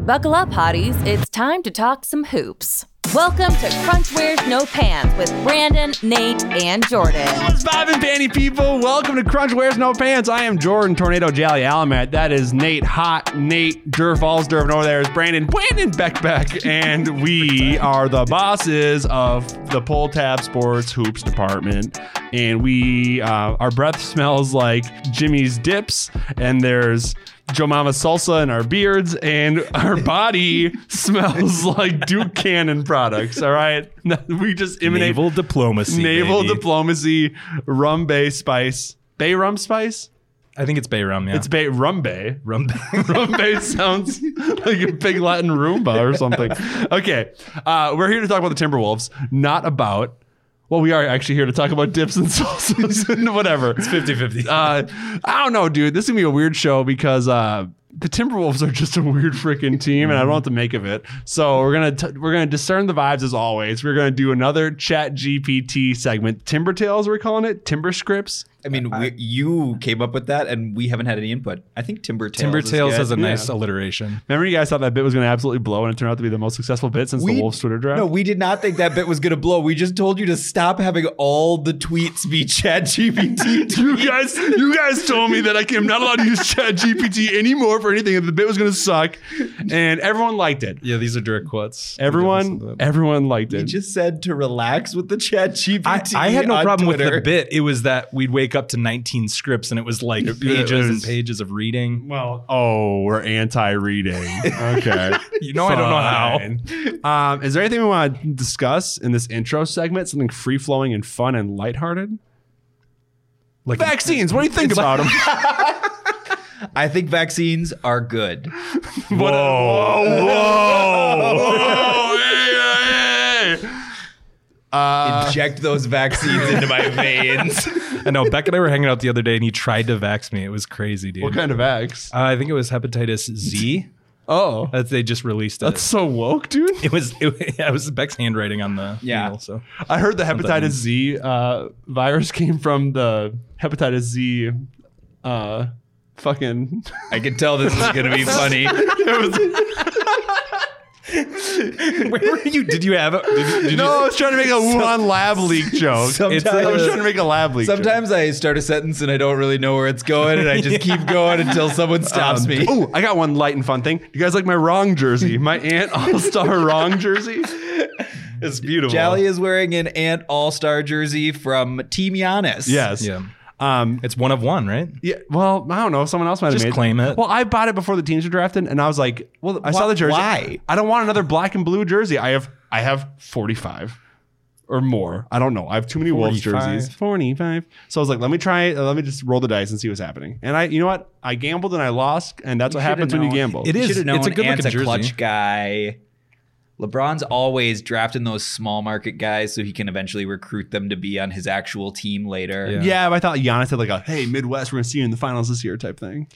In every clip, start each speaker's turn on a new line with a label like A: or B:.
A: Buckle up, hotties. It's time to talk some hoops. Welcome to Crunch Wears No Pants with Brandon, Nate, and Jordan.
B: What's poppin', Fanny people? Welcome to Crunch Wears No Pants. I am Jordan Tornado Jolly Alamat. That is Nate Hot, Nate Durf Alsdurf, and over there is Brandon Brandon Beckbeck. And we are the bosses of the Pull Tab Sports Hoops Department. And we, uh, our breath smells like Jimmy's dips, and there's Joe Mama salsa in our beards, and our body smells like Duke Cannon products. All right. We just emanate
C: Naval diplomacy.
B: naval
C: baby.
B: diplomacy, rum bay spice, bay rum spice.
C: I think it's Bay Rum. Yeah.
B: It's bay rum bay.
C: Rum.
B: Rum bay sounds like a big Latin Roomba or something. Okay, uh, we're here to talk about the Timberwolves, not about. Well, we are actually here to talk about dips and salsas and whatever. It's
C: 50-50.
B: Uh, I don't know, dude. This is gonna be a weird show because uh, the Timberwolves are just a weird freaking team, and I don't know what to make of it. So we're gonna t- we're gonna discern the vibes as always. We're gonna do another Chat GPT segment, Timber Tales, we're calling it Timber Scripts.
D: I mean, we, you came up with that, and we haven't had any input. I think Timber Tales.
C: Timber
D: is
C: Tales
D: good.
C: has a nice alliteration.
B: Remember, you guys thought that bit was gonna absolutely blow, and it turned out to be the most successful bit since the Wolves Twitter draft.
D: No, we did not think that bit was gonna blow. We just told you to stop having all the tweets be Chat GPT.
B: You guys, you guys told me that I am not allowed to use Chat GPT anymore for anything. and The bit was going to suck, and everyone liked it.
C: Yeah, these are direct quotes.
B: Everyone, everyone liked
D: you
B: it.
D: just said to relax with the Chat
C: I,
D: GPT.
C: I had no problem with the
D: bit.
C: bit. It was that we'd wake up to 19 scripts and it was like pages and
B: was-
C: pages of reading.
B: well, oh, we're anti-reading. Okay,
C: You know, I don't know how.
B: how. Um, is there anything we want to discuss in this intro segment? Something free-flowing and fun and lighthearted?
C: Like
B: Vaccines. What do you think about them?
D: I think vaccines are good.
B: What a- whoa, whoa, whoa, hey, hey, hey. Uh,
D: Inject those vaccines into my veins.
C: I know Beck and I were hanging out the other day and he tried to vax me. It was crazy, dude.
B: what kind of X?
C: Uh, I think it was hepatitis Z.
B: Oh,
C: That they just released it.
B: That's so woke, dude.
C: it was it, it was Beck's handwriting on the
D: Yeah.
C: email, so
B: I heard the hepatitis Z uh, virus came from the hepatitis Z uh, fucking.
D: I can tell this is gonna be funny.
B: It
C: Where were you? Did you have it? Did you,
B: was, no, I was trying to make a Wuhan lab leak joke.
D: Sometimes,
B: I was trying to make a lab leak.
D: sometimes I start a sentence and I don't really know where it's going, and I just keep going until someone stops
C: Um,
D: me.
B: Oh, I got one light and fun thing. You guys like my wrong jersey? My aunt all star wrong jersey. It's beautiful.
D: Jally is wearing an Ant All Star jersey from Team Giannis.
B: Yes.
C: Yeah.
B: Um,
C: It's one of one, right?
B: Yeah, well, I don't know. Someone else might
C: Just
B: have made
C: claim it.
B: Well, I bought it before the teams were drafted, and I was like, "Well, I saw
D: Wh-
B: the jersey.
D: why?
B: I don't want another black and blue jersey. I have, I have forty five or more. I don't know. I have too many Wolves
C: 45.
B: jerseys. Forty five. So I was like, let me try. it. Let me just roll the dice and see what's happening. And I, you know what? I gambled and I lost, and that's what happens when you gamble.
C: It is.
D: Should have known
C: It's a good
D: Ant's
C: looking jersey.
D: a clutch guy. LeBron's always drafting those small market guys so he can eventually recruit them to be on his actual team later.
C: Yeah.
B: Yeah, but I thought Giannis had like a hey Midwest, we're gonna see you in the finals this year type thing.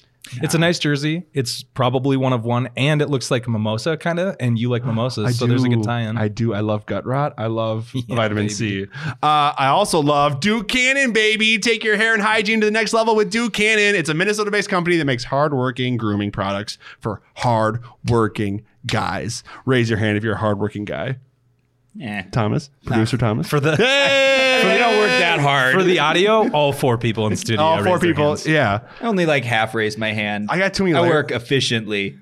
C: It's a nice jersey. It's probably one of one, and it looks like a mimosa kind of, and you like mimosas, so there's a good tie-in.
B: I do. I love gut rot. I love vitamin C. Uh, I also love Duke Cannon, baby. Take your hair and hygiene to the next level with Duke Cannon. It's a Minnesota-based company that makes hardworking grooming products for hardworking guys. Raise your hand if you're a hardworking guy.
D: Eh.
B: Thomas, producer Thomas.
C: for the
D: They don't work that hard.
C: for the audio, all four people in studio.
B: all four
C: raised their
B: people.
C: hands.
B: Yeah,
D: I only like half raised my hand.
B: I got too many.
D: I
B: layers.
D: work efficiently.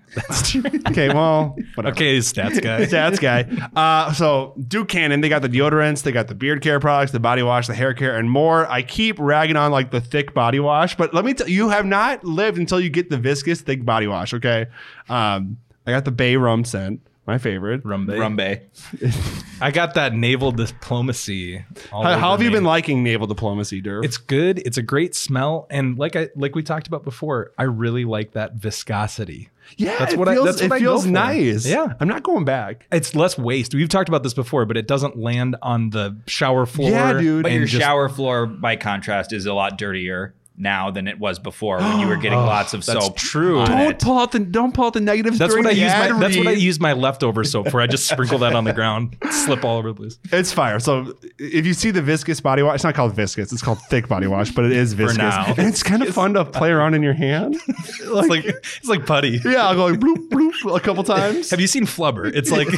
B: okay, well, whatever.
C: Okay, stats guy.
B: stats guy. Uh, so Duke Cannon, they got the deodorants, they got the beard care products, the body wash, the hair care, and more. I keep ragging on like the thick body wash, but let me tell you, have not lived until you get the viscous thick body wash. Okay, um, I got the Bay Rum scent, my favorite.
C: Rumbe.
D: Rumbe.
C: I got that naval diplomacy. all
B: How,
C: over
B: how have you
C: me.
B: been liking naval diplomacy, Durf?
C: It's good. It's a great smell, and like I like we talked about before, I really like that viscosity.
B: yeah,
C: that's
B: it
C: what I-
B: feels,
C: that's
B: it
C: what I go
B: feels
C: for.
B: nice.
C: Yeah.
B: I'm not going back.
C: It's less waste. We've talked about this before, but it doesn't land on the shower floor.
B: Yeah, dude.
D: But
B: And
D: your
C: just-
D: shower floor, by contrast, is a lot dirtier. now than it was before when you were getting lots of
C: that's
D: soap.
C: true.
D: on
B: Oh, Don't
D: it.
B: pull out the don't pull out the negatives.
C: That's
B: during
C: what I
B: the
C: use.
B: ad
C: My, that's what I
B: read.
C: use my leftover soap for. I just sprinkle that on the ground, slip all over the place.
B: It's fire. So if you see the viscous body wash, it's not called viscous. It's called thick body wash, but it is viscous.
C: now.
B: And it's kind of fun to play around in your hand.
C: It's like it's like putty.
B: Yeah, I'll go like bloop bloop a couple times.
C: Have you seen Flubber? It's like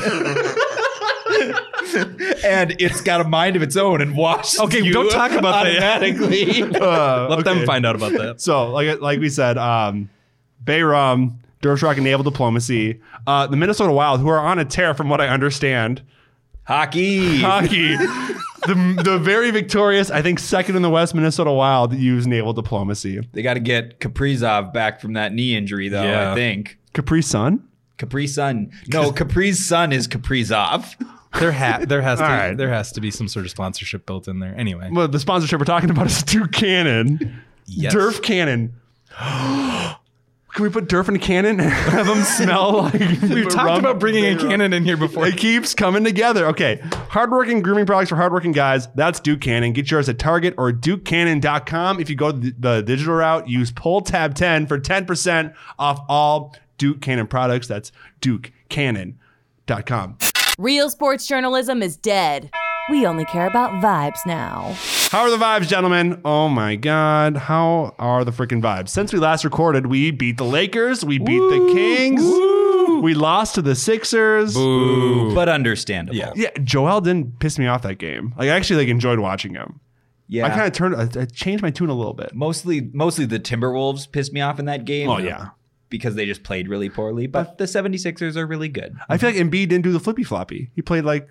D: and it's got a mind of its own and washes.
C: Okay,
D: you
C: don't talk about that.
D: automatically.
B: Uh,
C: let
B: okay.
C: them find out about that.
B: So, like like we said, um, Bay Rum, Dershrock, and Naval Diplomacy, uh, the Minnesota Wild, who are on a tear, from what I understand,
D: Hockey.
B: hockey. the, the very victorious, I think second in the West, Minnesota Wild, use Naval Diplomacy.
D: They got to get Kaprizov back from that knee injury, though.
C: Yeah.
D: I think
B: Capri Sun.
D: Capri Sun. No, Capri's son is Kaprizov.
C: There ha- there has to
B: All right.
C: there has to be some sort of sponsorship built in there. Anyway,
B: Well, the sponsorship we're talking about is Duke Cannon.
C: Yes.
B: Durf Cannon. Can we put Durf in Cannon and have them smell like
C: we talked about bringing a cannon in here before.
B: It keeps coming together. Okay. Hardworking grooming products for hardworking guys. That's Duke Cannon. Get yours at Target or DukeCannon.com. If you go the, the digital route, use poll tab 10 for 10% off all Duke Cannon products. That's DukeCannon.com.
A: Real sports journalism is dead. We only care about vibes now.
B: How are the vibes, gentlemen? Oh my God. How are the freaking vibes? Since we last recorded, we beat the Lakers. We beat the Kings. We lost to the Sixers.
C: Ooh.
D: But understandable.
C: Yeah.
B: Yeah, Joel didn't piss me off that game. Like, I actually like enjoyed watching him.
D: Yeah.
B: I kind of turned, I, I changed my tune a little bit.
D: mostly mostly the Timberwolves pissed me off in that game.
B: Oh, yeah.
D: Because they just played really poorly, but the 76ers are really good.
B: I feel like Embiid didn't do the flippy floppy. He played like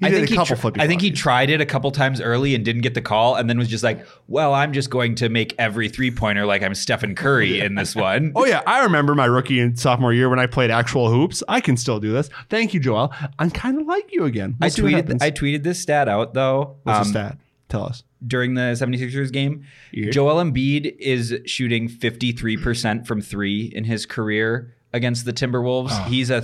B: he
D: I
B: did
D: think,
B: a
D: he
B: couple
D: tr-
B: flippy.
D: I think he
B: floppies.
D: tried it a couple times early and didn't get the call, and then was just like, "Well, I'm just going to make every three pointer like I'm Stephen Curry in this one."
B: Oh yeah, I remember my rookie and sophomore year when I played actual hoops. I can still do this. Thank you, Joel. I'm kind of like you again.
D: I
B: We'll see what
D: tweeted
B: happens.
D: I tweeted this stat out though
B: What's
D: um,
B: the stat? Tell us.
D: during the 76ers game.
B: Yeah.
D: Joel Embiid is shooting 53% from 3 in his career against the Timberwolves. He's a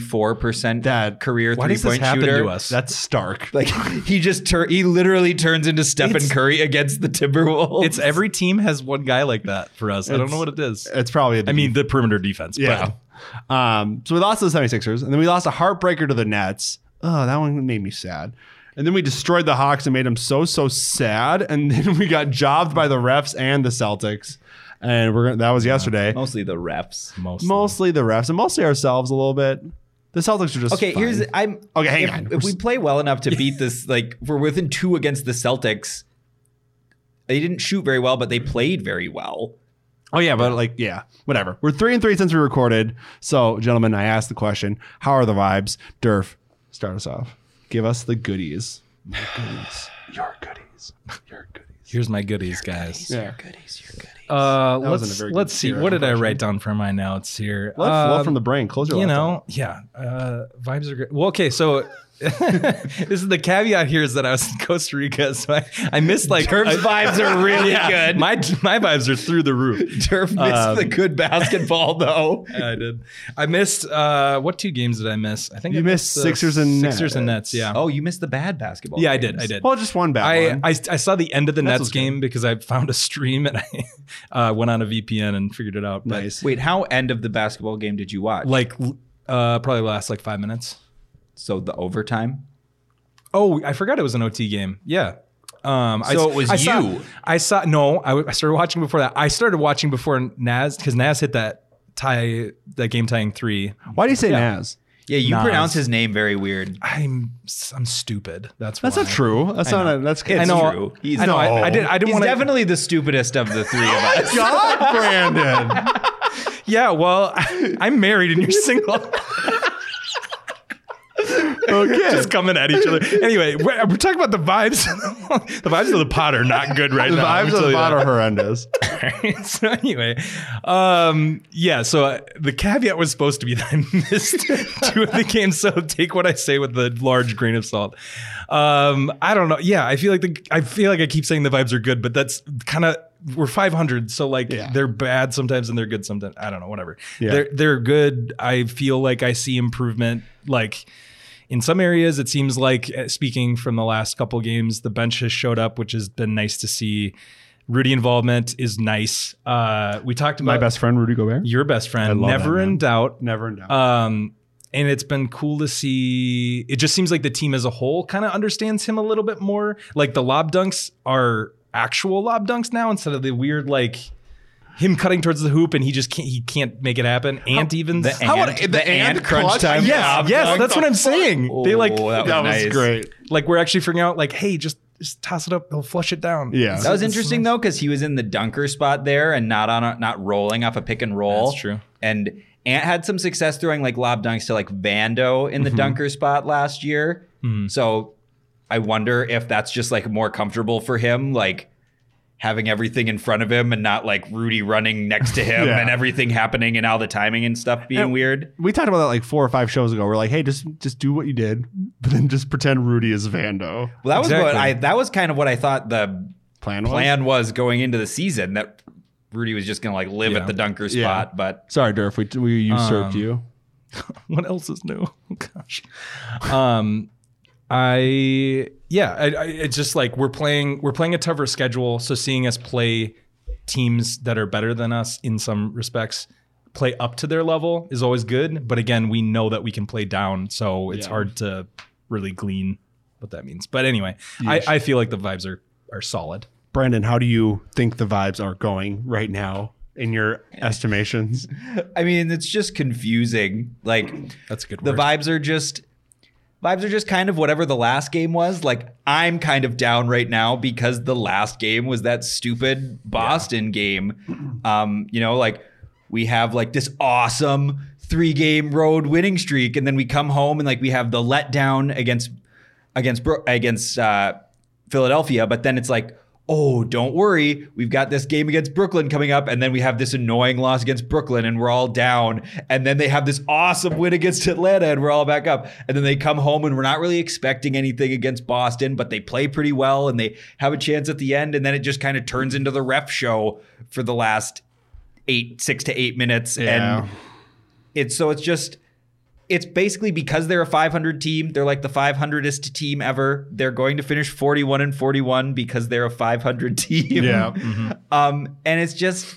D: 34%
B: Dad,
D: career
C: Ah. Why does this
D: three-point
C: happen
D: shooter.
C: to us?
B: That's stark.
D: Like he just tur- he literally turns into Stephen Curry against the Timberwolves.
C: it's every team has one guy like that for us. I don't know what it is.
B: It's probably.
C: I mean, the perimeter defense.
B: yeah. Um, so we lost to the 76ers, and then we lost a heartbreaker to the Nets. Oh, that one made me sad. And then we destroyed the Hawks and made them so so sad. And then we got jobbed by the refs and the Celtics. And we're gonna- that was yesterday.
D: mostly the refs.
C: but mostly.
B: Mostly the refs and mostly ourselves a little bit. The Celtics are just
D: Okay,
B: fine.
D: here's I'm
B: Okay, hang
D: if,
B: on.
D: If we play well enough to beat this, like if we're within two against the Celtics, they didn't shoot very well, but they played very well.
B: oh yeah, but like yeah, whatever. We're three and three since we recorded. So gentlemen, I asked the question: How are the vibes? Durf, start us off. Give us the goodies. Your goodies. Your goodies.
C: Here's my goodies, guys.
B: Yeah.
D: Goodies, you're goodies.
C: Uh,
B: That wasn't a
C: let's
B: very good
C: let's see.
B: zero
C: What did I
B: impression.
C: write down for my notes here?
B: Let flow
C: Um,
B: from the brain. Close your
C: you
B: laptop.
C: know, yeah, uh, vibes are great. Well, okay, so this is the caveat here is that I was in Costa Rica, so I, I missed like
D: Terps vibes are really
C: Yeah,
D: good.
C: My my vibes are through the roof.
D: Turf missed the good basketball though.
C: Um, I did. I missed uh, what two games did I miss? I think
B: You
C: I
B: missed
C: the
B: Sixers and
C: Sixers and
B: Nets.
C: Nets. Yeah.
D: Oh, you missed the bad basketball.
C: yeah, I
D: games.
C: did. I did.
B: Well, just one bad
C: I,
B: one.
C: I, I saw the end of the
B: Nets was
C: Nets
B: good.
C: game because I found a stream and I uh, went on a VPN and figured it out. But
B: nice.
D: Wait, how end of the basketball game did you watch?
C: like uh, probably last like five minutes.
D: so the overtime.
C: Oh, I forgot it was an OT game. Yeah. Um,
D: So
C: I,
D: it was
C: I saw-
D: you.
C: I saw no. I, w- I started watching before that. I started watching before Nas because Nas hit that tie that game tying three.
B: Why do you say Naz?
D: Yeah, you
C: Nas.
D: pronounce his name very weird.
C: I'm s- I'm stupid. That's
B: That's
C: why.
B: not true. That's
C: I
B: not.
C: know.
B: A, that's.
D: It's
C: I know.
D: true. He's-
C: I know. I,
B: No.
C: I did. I didn't
D: He's
C: want to.
D: definitely the stupidest of the three of us.
B: God, Brandon.
C: yeah. Well, I'm married and you're single.
B: Okay.
C: Just coming at each other. Anyway, we're, we're talking about the vibes. the vibes of the pot are not good right
B: the
C: now. I'm
B: vibes of the
C: telling you that.
B: bot are horrendous.
C: so anyway, um, yeah. So uh, the caveat was supposed to be that I missed two of the games. So take what I say with a large grain of salt. Um, I don't know. Yeah, I feel like the I feel like I keep saying the vibes are good, but that's kind of we're 500 so like
B: Yeah.
C: they're bad sometimes and they're good sometimes i don't know whatever
B: Yeah.
C: they're they're good i feel like i see improvement like in some areas it eh, seems like uh, speaking from the last couple games the bench has showed up which has been nice to see Rudy involvement is nice. Uh, we talked about
B: My best friend Rudy Gobert.
C: your best friend,
B: love that
C: never in
B: man.
C: doubt.
B: Never in doubt.
D: Uh,
C: Um, and it's been cool to see. It just seems like the team as a whole kind of understands him a little bit more. Like the lob dunks are actual lob dunks now instead of the weird like him cutting towards the hoop and he just can't he can't make it happen. Ant even
D: the
C: How-
D: and,
B: about
D: the,
B: the
D: and,
B: and
D: crunch
B: clutch?
D: time.
B: Yeah.
C: Yes, yes,
B: dunk.
C: that's what I'm saying. they like
D: Oh, that was That was nice.
B: great.
C: like we're actually figuring out like hey just just toss it up he'll flush it down.
B: Yeah.
D: That was interesting though, because he was in the dunker spot there and not on a, not rolling off a pick and roll.
C: That's true.
D: And Ant had some success throwing like lob dunks to like Vando in the
B: Mm-hmm.
D: dunker spot last year. So I wonder if that's just like more comfortable for him, like having everything in front of him and not like Rudy running next to him
B: Yeah.
D: and everything happening and all the timing and stuff being
B: And-
D: weird.
B: We talked about that like four or five shows ago. We're like, hey, just just do what you did, but then just pretend Rudy is Vando.
D: Well, that was what
C: Exactly.
D: I that was kind of what I thought the
B: Plan was.
D: plan was going into the season that Rudy was just gonna like live at the dunker spot,
B: Yeah.
D: but
B: Sorry, Durf. We we usurped
C: Um,
B: you.
C: what else is new? Oh gosh. Um I yeah, I, I, it's just like we're playing we're playing a tougher schedule, so seeing us play teams that are better than us in some respects play up to their level is always good, but again, we know that we can play down, so it's
B: Yeah.
C: hard to really glean what that means. But anyway, I, I feel like the vibes are are solid.
B: Brandon, how do you think the vibes are going right now in your estimations?
D: I mean, it's just confusing. Like
C: That's a good
D: the
C: word.
D: vibes are just vibes are just kind of whatever the last game was. Like I'm kind of down right now because the last game was that stupid Boston game. Um, you know, like we have like this awesome three game road winning streak and then we come home and like we have the letdown against against Bro- against uh Philadelphia, but then it's like, oh, don't worry, we've got this game against Brooklyn coming up, and then we have this annoying loss against Brooklyn, and we're all down. And then they have this awesome win against Atlanta, and we're all back up. And then they come home, and we're not really expecting anything against Boston, but they play pretty well, and they have a chance at the end. And then it just kind of turns into the ref show for the last eight, six to eight minutes, and it's so it's just it's basically because they're a 500 team. They're like the 500est team ever. They're going to finish 41 and 41 because they're a 500 team.
B: Yeah.
D: Um, and it's just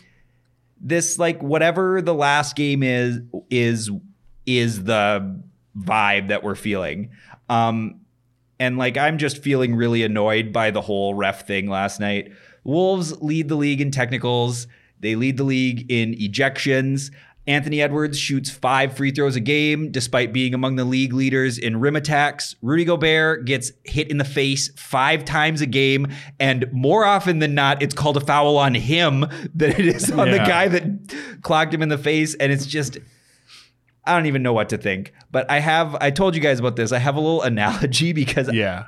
D: this like whatever the last game is is is the vibe that we're feeling. Um, and like I'm just feeling really annoyed by the whole ref thing last night. Wolves lead the league in technicals. They lead the league in ejections. Anthony Edwards shoots five free throws a game despite being among the league leaders in rim attacks. Rudy Gobert gets hit in the face five times a game. And more often than not, it's called a foul on him than it is on the
B: Yeah.
D: guy that clocked him in the face. And it's just, I don't even know what to think. But I have, I told you guys about this. I have a little analogy because
B: Yeah.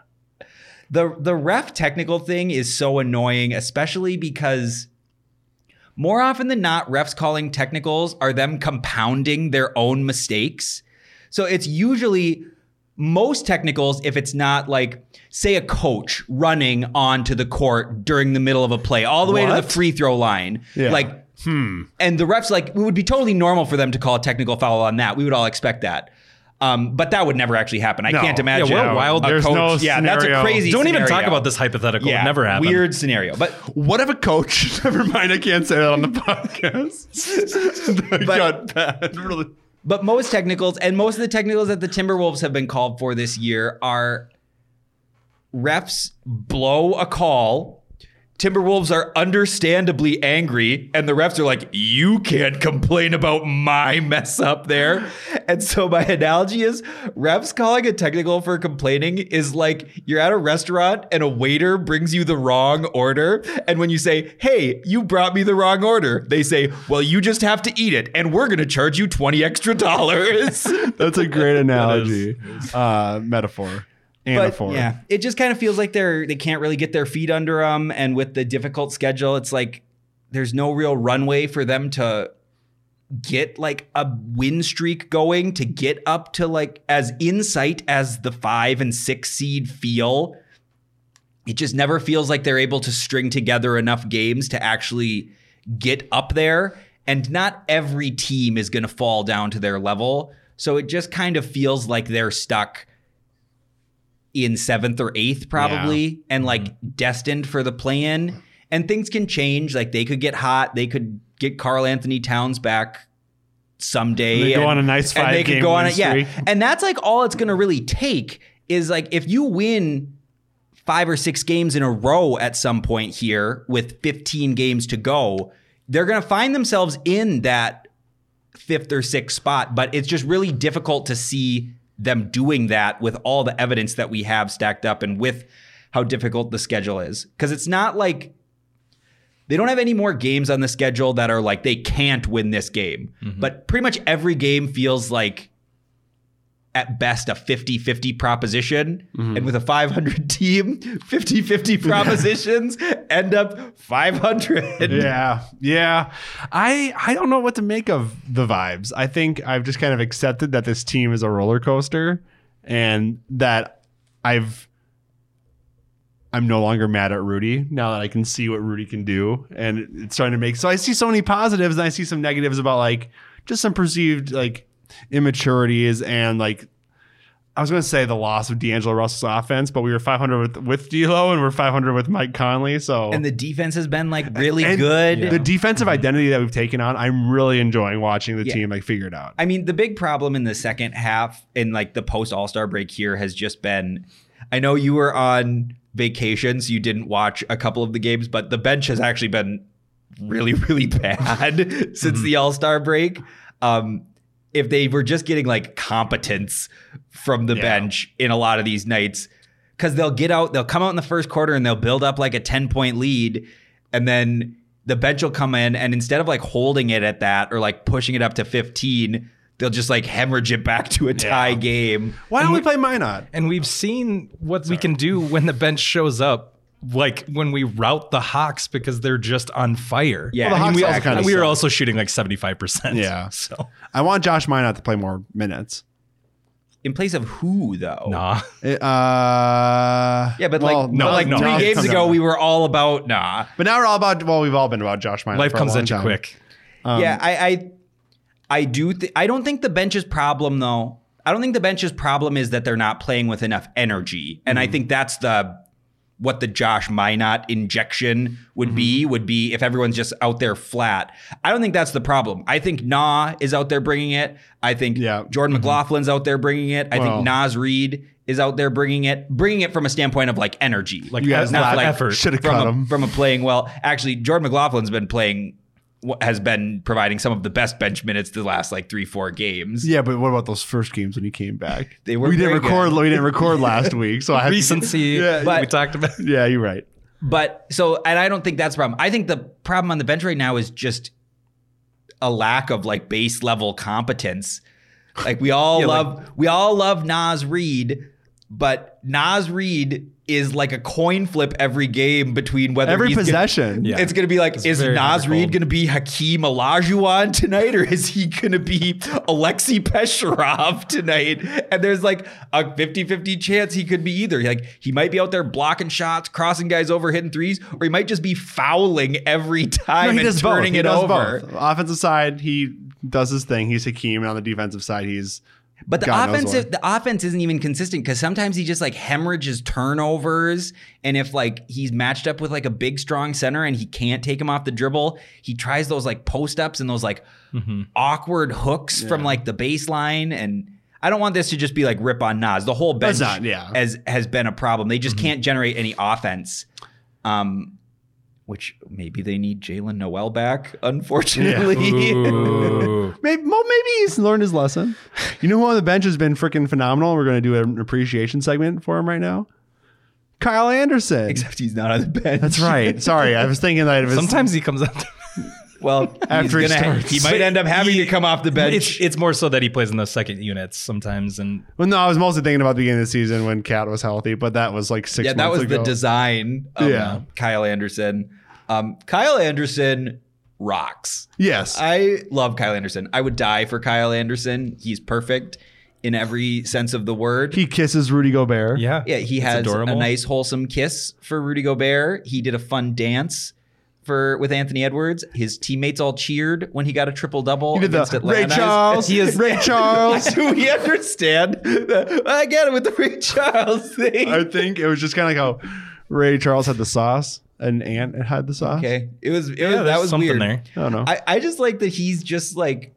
D: the the ref technical thing is so annoying, especially because more often than not, refs calling technicals are them compounding their own mistakes. So it's usually most technicals if it's not like say a coach running onto the court during the middle of a play all the way to the
B: What?
D: free throw line
B: Yeah.
D: like and the refs like it would be totally normal for them to call a technical foul on that. We would all expect that. Um, but that would never actually happen. I
B: No.
D: can't
B: Yeah,
D: imagine.
C: what a wild-
D: a
B: there's
D: coach.
B: no
D: yeah, that's a
B: scenario.
D: crazy.
C: Don't even
D: scenario.
C: talk about this hypothetical.
D: Yeah,
C: it never happened.
D: Weird scenario, but
B: What if a coach? Never mind, I can't say that on the podcast. That got bad. Really.
D: but most technicals and most of the technicals that the Timberwolves have been called for this year are refs blow a call. Timberwolves are understandably angry, and the refs are like, "You can't complain about my mess up there." And so my analogy is, refs calling a technical for complaining is like you're at a restaurant and a waiter brings you the wrong order, and when you say, "Hey, you brought me the wrong order," they say, "Well, you just have to eat it, and we're gonna charge you twenty extra dollars."
B: That's a great analogy, uh, metaphor,
D: but
B: anaphor.
D: yeah, it just kind of feels like they're they can't really get their feet under them, and with the difficult schedule, it's like there's no real runway for them to get like a win streak going to get up to like as insight as the five and six seed feel. It just never feels like they're able to string together enough games to actually get up there. And not every team is going to fall down to their level. So it just kind of feels like they're stuck in seventh or eighth, probably, and like destined for the play in. and things can change. Like they could get hot. They could get Carl Anthony Towns back someday.
B: They go on a nice
D: and they
B: five-game
D: could go on
B: win
D: it. Yeah,
B: streak.
D: and that's like all it's going to really take is like if you win five or six games in a row at some point here with 15 games to go, they're going to find themselves in that fifth or sixth spot. But it's just really difficult to see them doing that with all the evidence that we have stacked up and with how difficult the schedule is. Because it's not like they don't have any more games on the schedule that are like they can't win this game.
B: Mm-hmm.
D: But pretty much every game feels like at best a 50-50 proposition
B: Mm-hmm.
D: and with a 500 team 50-50 propositions end up 500
B: Yeah, yeah. I I don't know what to make of the vibes. I think I've just kind of accepted that this team is a roller coaster, and that I've I'm no longer mad at Rudy now that I can see what Rudy can do, and it's starting to make. So I see so many positives, and I see some negatives about like just some perceived like immaturities and like. I was going to say the loss of D'Angelo Russell's offense, but we were 500 with, with D'Lo and we're 500 with Mike Conley. So
D: and the defense has been like really
B: and
D: good
B: The defensive identity that we've taken on, I'm really enjoying watching the
D: Yeah.
B: team like figure it out.
D: I mean, the big problem in the second half and like the post All Star break here has just been. I know you were on vacation, so you didn't watch a couple of the games, but the bench has actually been really, really bad since the All Star break. Um, if they were just getting like competence from the bench in a lot of these nights, because they'll get out, they'll come out in the first quarter and they'll build up like a 10 point lead. And then the bench will come in and instead of like holding it at that or like pushing it up to 15, they'll just like hemorrhage it back to a tie game.
B: Why don't we play Minot?
C: And we've seen what we can do when the bench shows up, like when we rout the Hawks because they're just on fire.
D: Yeah.
B: Well, the
D: I
B: Hawks
D: mean,
C: We,
B: also
C: also-
B: kinda
C: we were
B: suck.
C: also shooting like 75%.
B: Yeah.
C: So,
B: I want Josh Minot to play more minutes.
D: In place of who though?
C: nah.
B: It- uh,
D: Yeah, but
B: well,
D: like, but, like
C: no,
D: three
C: no,
D: games ago, we were all about nah.
B: But now we're all about. Well, we've all been about Josh Minot.
C: Life
B: for a
C: comes
B: long
C: at you
B: time.
C: quick.
B: Um,
D: yeah, I, I, I do. Th- I don't think the bench's problem though. I don't think the bench's problem is that they're not playing with enough energy, and I
B: Mm-hmm.
D: think that's the what the Josh Minot injection would be
B: Mm-hmm.
D: would be if everyone's just out there flat. I don't think that's the problem. I think Nah is out there bringing it. I think
B: Yeah. Mm-hmm.
D: Jordan McLaughlin's out there bringing it. I
B: Well-
D: think Nas Reed is out there bringing it, bringing it from a standpoint of like energy,
C: Like,
B: You guys
C: not
B: laugh
C: like
D: at
C: effort.
B: Should have cut
D: from a,
B: him.
D: from a playing well. Actually, Jordan McLaughlin's been playing has been providing some of the best bench minutes the last like three four games.
B: Yeah, but what about those first games when he came back?
D: They were
B: We didn't
D: very good.
B: record. We didn't record last week, so I had
C: Recency.
B: Yeah,
D: but-
C: we talked about.
B: yeah, you're right.
D: But so, and I don't think that's the problem. I think the problem on the bench right now is just a lack of like base level competence. Like we all
C: Yeah, like-
D: love, we all love Nas Reed, but Nas Reed is like a coin flip every game between whether
B: Every
D: he's gonna-
B: possession.
C: Yeah.
D: It's going to be like, is
C: very
D: Nas
C: difficult.
D: Reed going to be Hakeem Olajuwon tonight, or is he going to be Alexei Pesharov tonight? And there's like a 50 50 chance he could be either. Like, he might be out there blocking shots, crossing guys over, hitting threes, or he might just be fouling every time and
B: both.
D: turning
B: He
D: it
B: does
D: over.
B: both. Offensive side, he does his thing. He's Hakeem. And on the defensive side, he's
D: But the
B: God knows
D: offensive
B: what.
D: the offense isn't even consistent because sometimes he just like hemorrhages turnovers. And if like he's matched up with like a big strong center and he can't take him off the dribble, he tries those like post ups and those like
B: Mm-hmm.
D: awkward hooks from like the baseline. And I don't want this to just be like rip on Nas. The whole bench
B: That's not- yeah. Mm-hmm.
D: has has been a problem. They just can't generate any offense. Um which maybe they need Jalen Noel back, unfortunately.
C: Ooh.
B: Maybe, well, maybe he's learned his lesson. You know who on the bench has been freaking phenomenal? We're going to do an appreciation segment for him right now. Kyle Anderson.
D: Except he's not on the bench.
B: That's right. Sorry, I was thinking that it was
C: Sometimes he comes up.
D: Well,
B: After he
D: he's gonna,
B: starts.
D: he might end up having to come off the bench.
C: It's, it's more so that he plays in the second units sometimes. And
B: Well, no, I was mostly thinking about the beginning of the season when Cat was healthy, but that was like six.
D: yeah, that
B: months
D: was the
B: ago.
D: design of uh,
B: Yeah.
D: Kyle Anderson. Um, Kyle Anderson rocks.
B: Yes,
D: I love Kyle Anderson. I would die for Kyle Anderson. He's perfect in every sense of the word.
B: he kisses Rudy Gobert.
C: yeah.
D: yeah, he
C: it's
D: has
C: adorable.
D: a nice wholesome kiss for Rudy Gobert. He did a fun dance for with Anthony Edwards. His teammates all cheered when he got a triple double
B: he did the
D: against
B: Ray
D: Atlanta.
B: Charles.
D: He is
B: Ray Charles.
D: Do we understand? The, I get it with the Ray Charles thing.
B: I think it was just kind of like how Ray Charles had the sauce, an ant had the sauce.
D: Okay, it was it
C: Yeah,
D: was that
C: there's
D: was
C: something
D: weird.
C: there.
B: I don't know.
D: I, I just like that he's just like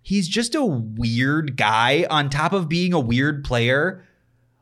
D: he's just a weird guy on top of being a weird player.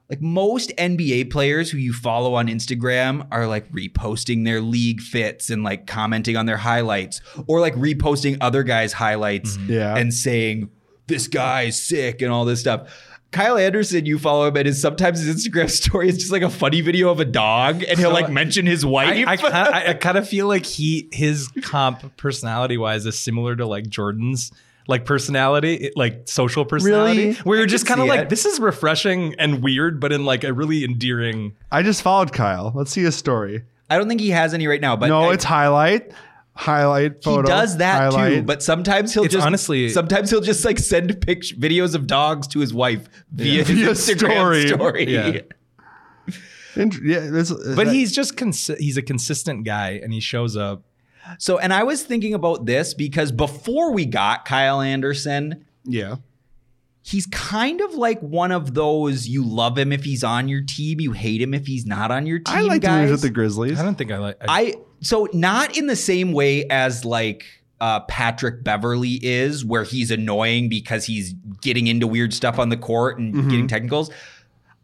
D: Like most NBA players who you follow on Instagram are like reposting their league fits and like commenting on their highlights or like reposting other guys' highlights
B: Mm-hmm. Yeah.
D: and saying this guy's sick and all this stuff. Kyle Anderson, you follow him, and his sometimes his Instagram story is just like a funny video of a dog, and he'll
C: So-
D: like mention his
C: I,
D: wife.
C: I, kinda, I, I kind of feel like he his comp personality wise is similar to like Jordan's like personality, it- like social personality.
B: Really?
C: Where you're just
D: can
C: kind of
D: see
C: like,
D: it.
C: this is refreshing and weird, but in like a really endearing.
B: I just followed Kyle. Let's see his story.
D: I don't think he has any right now, but
B: no,
D: I-
B: it's highlight, highlight
D: he
B: photo.
D: does that too.
B: highlight.
D: But sometimes he'll
C: It's
D: just
C: honestly-
D: sometimes he'll just like send pictures, videos of dogs to his wife via his
B: Via story.
D: Instagram story.
C: Yeah.
B: Int- yeah, this-
C: But
B: that-
C: he's just consi- he's a consistent guy, and he shows up.
D: So, and I was thinking about this because before we got Kyle Anderson,
B: yeah.
D: he's kind of like one of those you love him if he's on your team, you hate him if he's not on your team.
B: I like when he was
D: guys.
B: with the Grizzlies.
C: I don't think I like. I,
D: I so not in the same way as like uh, Patrick Beverly is, where he's annoying because he's getting into weird stuff on the court and getting technicals.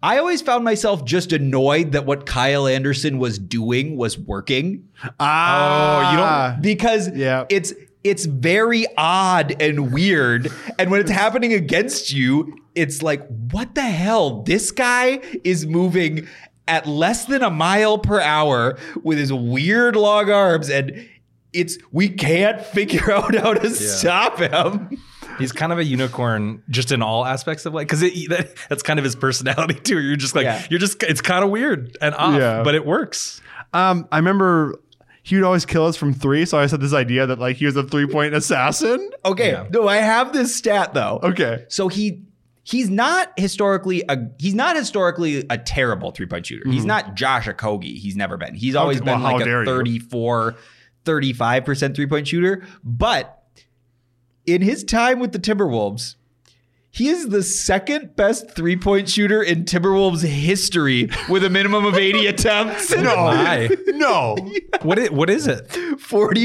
D: I always found myself just annoyed that what Kyle Anderson was doing was working
B: Ah,
C: Oh, you don't-
D: because
B: Yeah.
D: it's it's very odd and weird. And when it's happening against you, it's like, what the hell? This guy is moving at less than a mile per hour with his weird long arms and it's we can't figure out how to stop him.
C: he's kind of a unicorn, just in all aspects of life, because that, that's kind of his personality too. You're just like,
D: Yeah.
C: you're just. It's kind of weird and off,
B: Yeah.
C: but it works.
B: Um, I remember he would always kill us from three, so I just had this idea that like he was a three point assassin.
D: Okay,
C: Yeah.
D: no, I have this stat though.
B: Okay.
D: So he he's not historically a he's not historically a terrible three point shooter. He's not Josh Okogie. He's never been. He's always
B: Mm-hmm. well,
D: been
B: how
D: like
B: dare
D: a
B: you.
D: 34, 35% three point shooter. But in his time with the Timberwolves, he is the second best three point shooter in Timberwolves history with a minimum of 80 attempts.
C: Why?
B: Oh. no.
C: what it? What is it?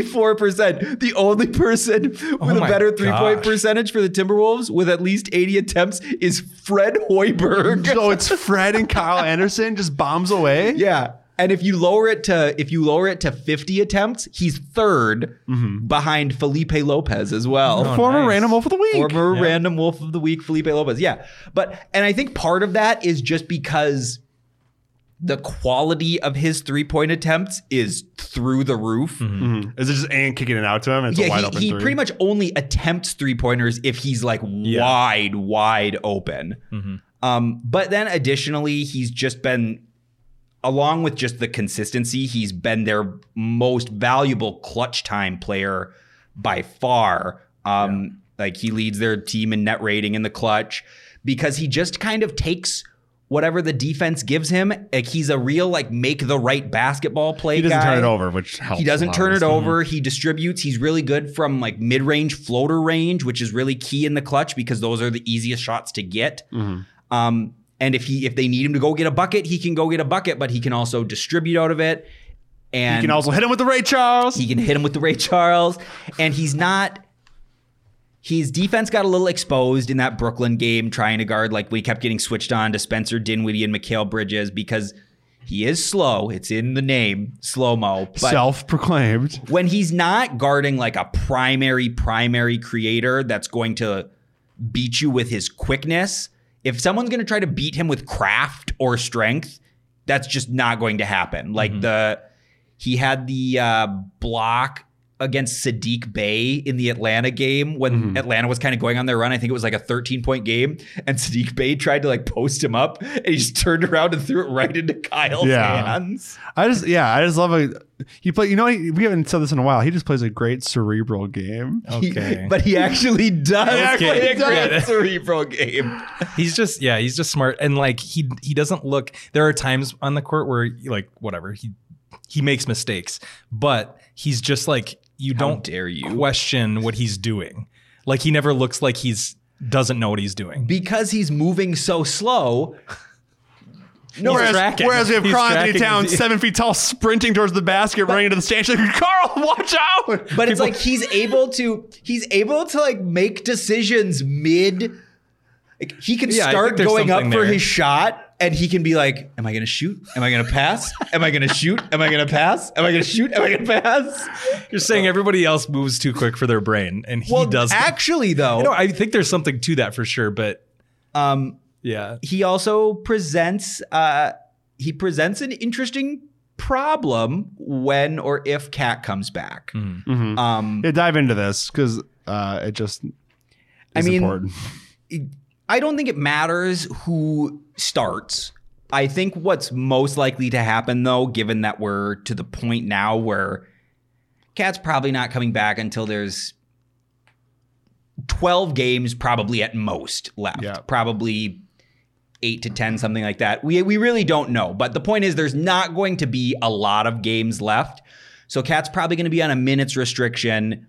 D: 44%. The only person with a
C: Oh my
D: better three point
C: gosh.
D: percentage for the Timberwolves with at least 80 attempts is Fred Hoiberg.
B: So it's Fred and Kyle Anderson just bombs away.
D: yeah. And if you lower it to if you lower it to 50 attempts, he's 3rd behind Felipe Lopez as well.
C: Mm-hmm. Oh,
B: Former
C: nice.
B: random wolf of the week.
D: Former
C: Yeah.
D: random wolf of the week, Felipe Lopez. Yeah. But and I think part of that is just because the quality of his three-point attempts is through the roof.
C: Mm-hmm. Hmm.
B: Mhm. Is it just Ant kicking it out to him? It's a wide
D: he,
B: open
D: he
B: three.
D: pretty much only attempts three pointers if he's like wide, wide open.
B: Mm-hmm.
D: Um, but then additionally, he's just been, along with just the consistency, he's been their most valuable clutch time player by far. Um, Like he leads their team in net rating in the clutch because he just kind of takes. Whatever the defense gives him, like he's a real like make the right basketball play.
B: he doesn't
D: guy.
B: turn it over, which helps.
D: He doesn't
B: a lot,
D: turn it
B: obviously.
D: over. He distributes. He's really good from like mid range floater range, which is really key in the clutch because those are the easiest shots to get.
B: Mm-hmm.
D: Um, and if he if they need him to go get a bucket, he can go get a bucket, but he can also distribute out of it. And
B: You can also hit him with the Ray Charles.
D: he can hit him with the Ray Charles, and he's not. His defense got a little exposed in that Brooklyn game, trying to guard like we kept getting switched on to Spencer Dinwiddie and Mikhail Bridges because he is slow. It's in the name, slow mo.
B: Self-proclaimed.
D: when he's not guarding like a primary primary creator that's going to beat you with his quickness if someone's going to try to beat him with craft or strength that's just not going to happen like the he had the uh, block against Sadiq Bay in the Atlanta game when Atlanta was kind of going on their run. I think it was like a 13 point game, and Sadiq Bay tried to like post him up, and he just turned around and threw it right into Kyle's
B: Yeah.
D: hands.
B: I just yeah, I just love a he play. You know, he, we haven't said this in a while. He just plays a great cerebral game.
D: He-
C: Okay.
D: but he actually does
B: actually
D: play a
B: does.
D: great cerebral game.
C: He's just yeah, he's just smart and like he he doesn't look. There are times on the court where like whatever he he makes mistakes, but he's just like you
D: How
C: don't
D: dare you.
C: question what he's doing. Like he never looks like he's doesn't know what he's doing.
D: Because he's moving so slow,
B: whereas,
C: tracking.
B: whereas we have
C: He's
B: Carl Anthony
C: tracking.
B: Towns, seven feet tall, sprinting towards the basket, running into the stanchion. Carl, watch out!
D: But it's like he's able to he's able to like make decisions mid. Like he can
C: Yeah, I
D: start
C: think there's
D: going up
C: something
D: for
C: there.
D: his shot, and he can be like, "Am I going to shoot? Am I going to pass? Am I going to shoot? Am I going to pass? Am I going to shoot? Am I going to pass?"
C: You're saying everybody else moves too quick for their brain, and he
D: uh, Well,
C: does.
D: actually, though,
C: you know, I think there's something to that for sure, but
D: um,
C: yeah.
D: he also presents uh, he presents an interesting problem when or if Cat comes back. Um,
B: Yeah, dive into this because uh, it just is
D: I mean,
B: important.
D: I don't think it matters who starts. I think what's most likely to happen, though, given that we're to the point now where Cat's probably not coming back until there's 12 games, probably at most, left.
B: Yeah.
D: Probably eight to 10, something like that. We, we really don't know. But the point is, there's not going to be a lot of games left. So Cat's probably going to be on a minutes restriction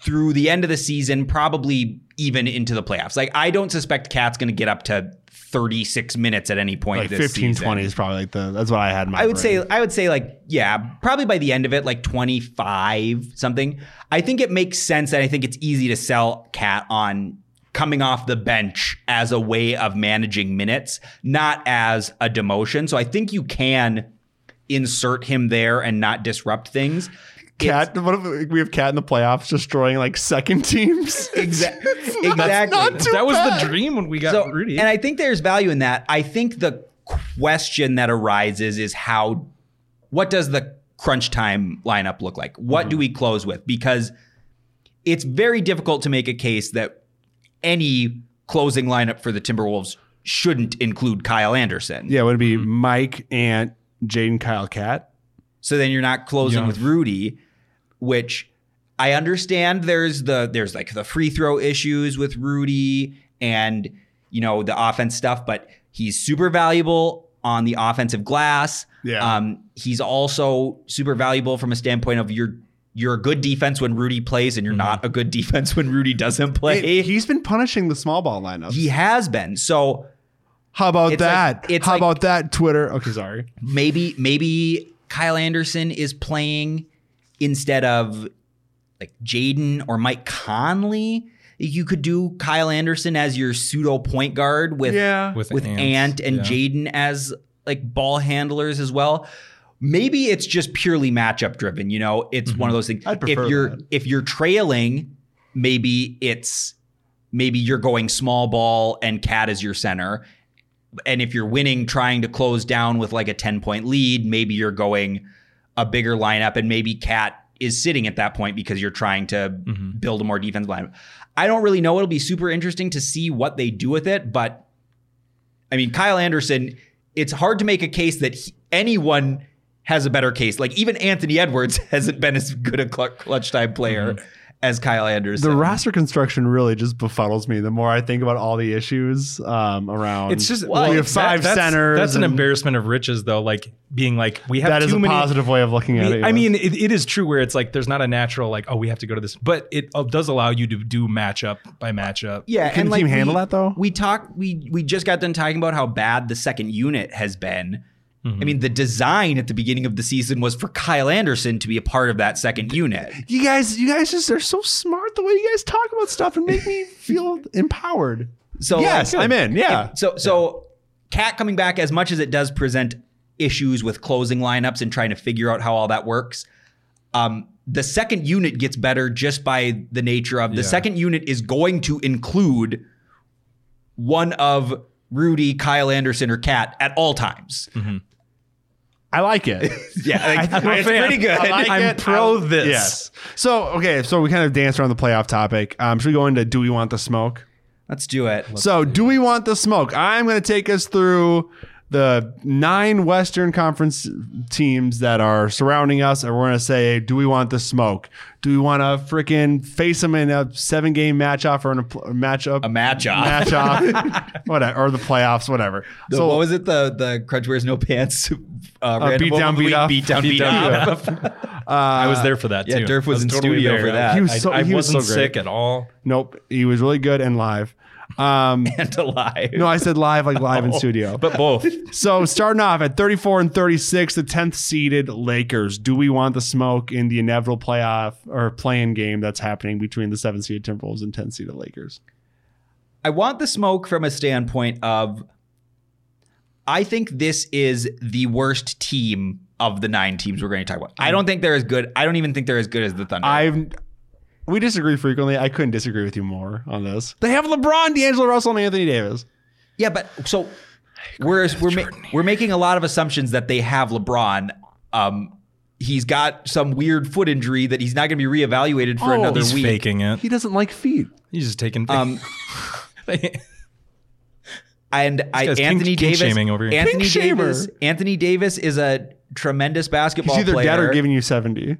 D: through the end of the season, probably even into the playoffs. Like I don't suspect Cat's going to get up to 36 minutes at any point.
B: Like
D: this
B: 15,
D: season.
B: 20 is probably like the. That's what I had. In my
D: I would
B: brain.
D: say I would say like yeah, probably by the end of it like 25 something. I think it makes sense and I think it's easy to sell Cat on coming off the bench as a way of managing minutes, not as a demotion. So I think you can insert him there and not disrupt things.
B: Cat. What if we have Cat in the playoffs destroying like second teams?
D: Exactly.
B: That's
D: exactly.
B: not too
C: That was
B: bad.
C: the dream when we got
D: Uh, so,
C: Rudy.
D: And I think there's value in that. I think the question that arises is how, what does the crunch time lineup look like? What do we close with? Because it's very difficult to make a case that any closing lineup for the Timberwolves shouldn't include Kyle Anderson.
B: Yeah, it would
D: Hmm.
B: be Mike, Ant, Jaden, Kyle, Cat.
D: So then you're not closing
C: Yeah.
D: with Rudy, which I understand there's the there's like the free throw issues with Rudy and you know the offense stuff, but he's super valuable on the offensive glass.
B: Yeah.
D: Um, he's also super valuable from a standpoint of you're you're a good defense when Rudy plays and you're not a good defense when Rudy doesn't play.
B: he's been punishing the small ball lineup.
D: he has been. So
B: How about
D: It's like-
B: that?
D: it's
B: How
D: like-
B: about that? Twitter. Okay, sorry.
D: maybe maybe Kyle Anderson is playing instead of like Jaden or Mike Conley. You could do Kyle Anderson as your pseudo point guard with
C: with,
D: with Ant and Jaden as like ball handlers as well. Maybe it's just purely matchup driven. You know, it's one of those things.
B: I'd prefer
D: if you're
B: that.
D: if you're trailing, maybe it's maybe you're going small ball and Cat is your center. And if you're winning, trying to close down with like a 10 point lead, maybe you're going a bigger lineup and maybe Cat is sitting at that point because you're trying to build a more defensive lineup. I don't really know. It'll be super interesting to see what they do with it, but I mean, Kyle Anderson, it's hard to make a case that he- anyone has a better case. Like even Anthony Edwards hasn't been as good a cl- clutch time player as Kyle Anderson.
B: The roster construction really just befuddles me. The more I think about all the issues um, around,
C: It's just
B: well, we have five
C: that- that's-
B: centers.
C: That's an
B: and
C: embarrassment of riches, though. Like being like we have
B: That
C: too
B: is a
C: many.
B: positive way of looking at
C: we-
B: it.
C: I
B: yes.
C: mean, it, it is true where it's like there's not a natural like oh we have to go to this, but it uh, does allow you to do matchup by matchup.
D: yeah,
B: Can
D: and
B: the
D: like
B: team handle
D: we,
B: that, though?
D: We talk. We we just got done talking about how bad the second unit has been.
B: Mm-hmm.
D: I mean, the design at the beginning of the season was for Kyle Anderson to be a part of that second unit.
B: you guys, you guys just are so smart the way you guys talk about stuff and make me feel empowered.
D: So
B: yes,
D: like,
B: I'm in. Yeah.
D: So so cat coming back as much as it does present issues with closing lineups and trying to figure out how all that works. Um, the second unit gets better just by the nature of the
C: Yeah.
D: second unit is going to include one of Rudy, Kyle Anderson, or Cat at all times.
B: I like it.
D: Yeah, like,
B: I'm a
D: it's
B: fan.
D: pretty good.
B: I like
C: I'm
B: it.
C: pro
B: I-
C: this.
B: Yes. So okay, so we kind of danced around the playoff topic. Um, should we go into do we want the smoke?
D: Let's do it.
B: so do we want the smoke? I'm going to take us through the nine Western Conference teams that are surrounding us, and we're going to say, do we want the smoke? Do we want to freaking face them in a seven game match off or in a pl- matchup?
D: A match off.
B: match off, whatever, or the playoffs, whatever.
D: The-
B: so
D: what was it? The the Crunch Wears No Pants uh, random
B: beat
D: vote
B: down,
D: of the
B: beat
D: week?
B: off.
D: beat down, beat,
C: down,
D: up.
C: I was there for that.
D: yeah,
C: too.
D: Durf was
C: I
D: in
C: totally
D: studio
C: there.
D: for that.
B: He was
C: I,
B: so-
C: I
B: he was
C: wasn't
B: so great.
C: sick at all.
B: nope, he was really good and live. Um,
D: and alive.
B: no, I said live, like live in
D: Oh.
B: studio.
C: But both.
B: So starting off at 34 and 36, the 10th seeded Lakers. Do we want the smoke in the inevitable playoff or play-in game that's happening between the 7th seeded Timberwolves and 10th seeded Lakers?
D: I want the smoke from a standpoint of I think this is the worst team of the nine teams we're going to talk about. I don't think they're as good. I don't even think they're as good as the Thunder.
B: I've we disagree frequently. I couldn't disagree with you more on this. They have LeBron, D'Angelo Russell, and Anthony Davis.
D: yeah, but so we're we're ma- we're making a lot of assumptions that they have LeBron. Um, he's got some weird foot injury that he's not going to be reevaluated for
B: Oh,
D: another
C: He's
D: week.
C: faking it.
B: He doesn't like feet.
C: He's just taking.
D: Um, and I,
C: guy's
D: Anthony
C: kink- kink
D: Davis,
C: shaming over here.
D: Anthony
B: Kink shamer.
D: Davis, Anthony Davis is a tremendous basketball
B: He's either
D: player.
B: dead or giving you 70.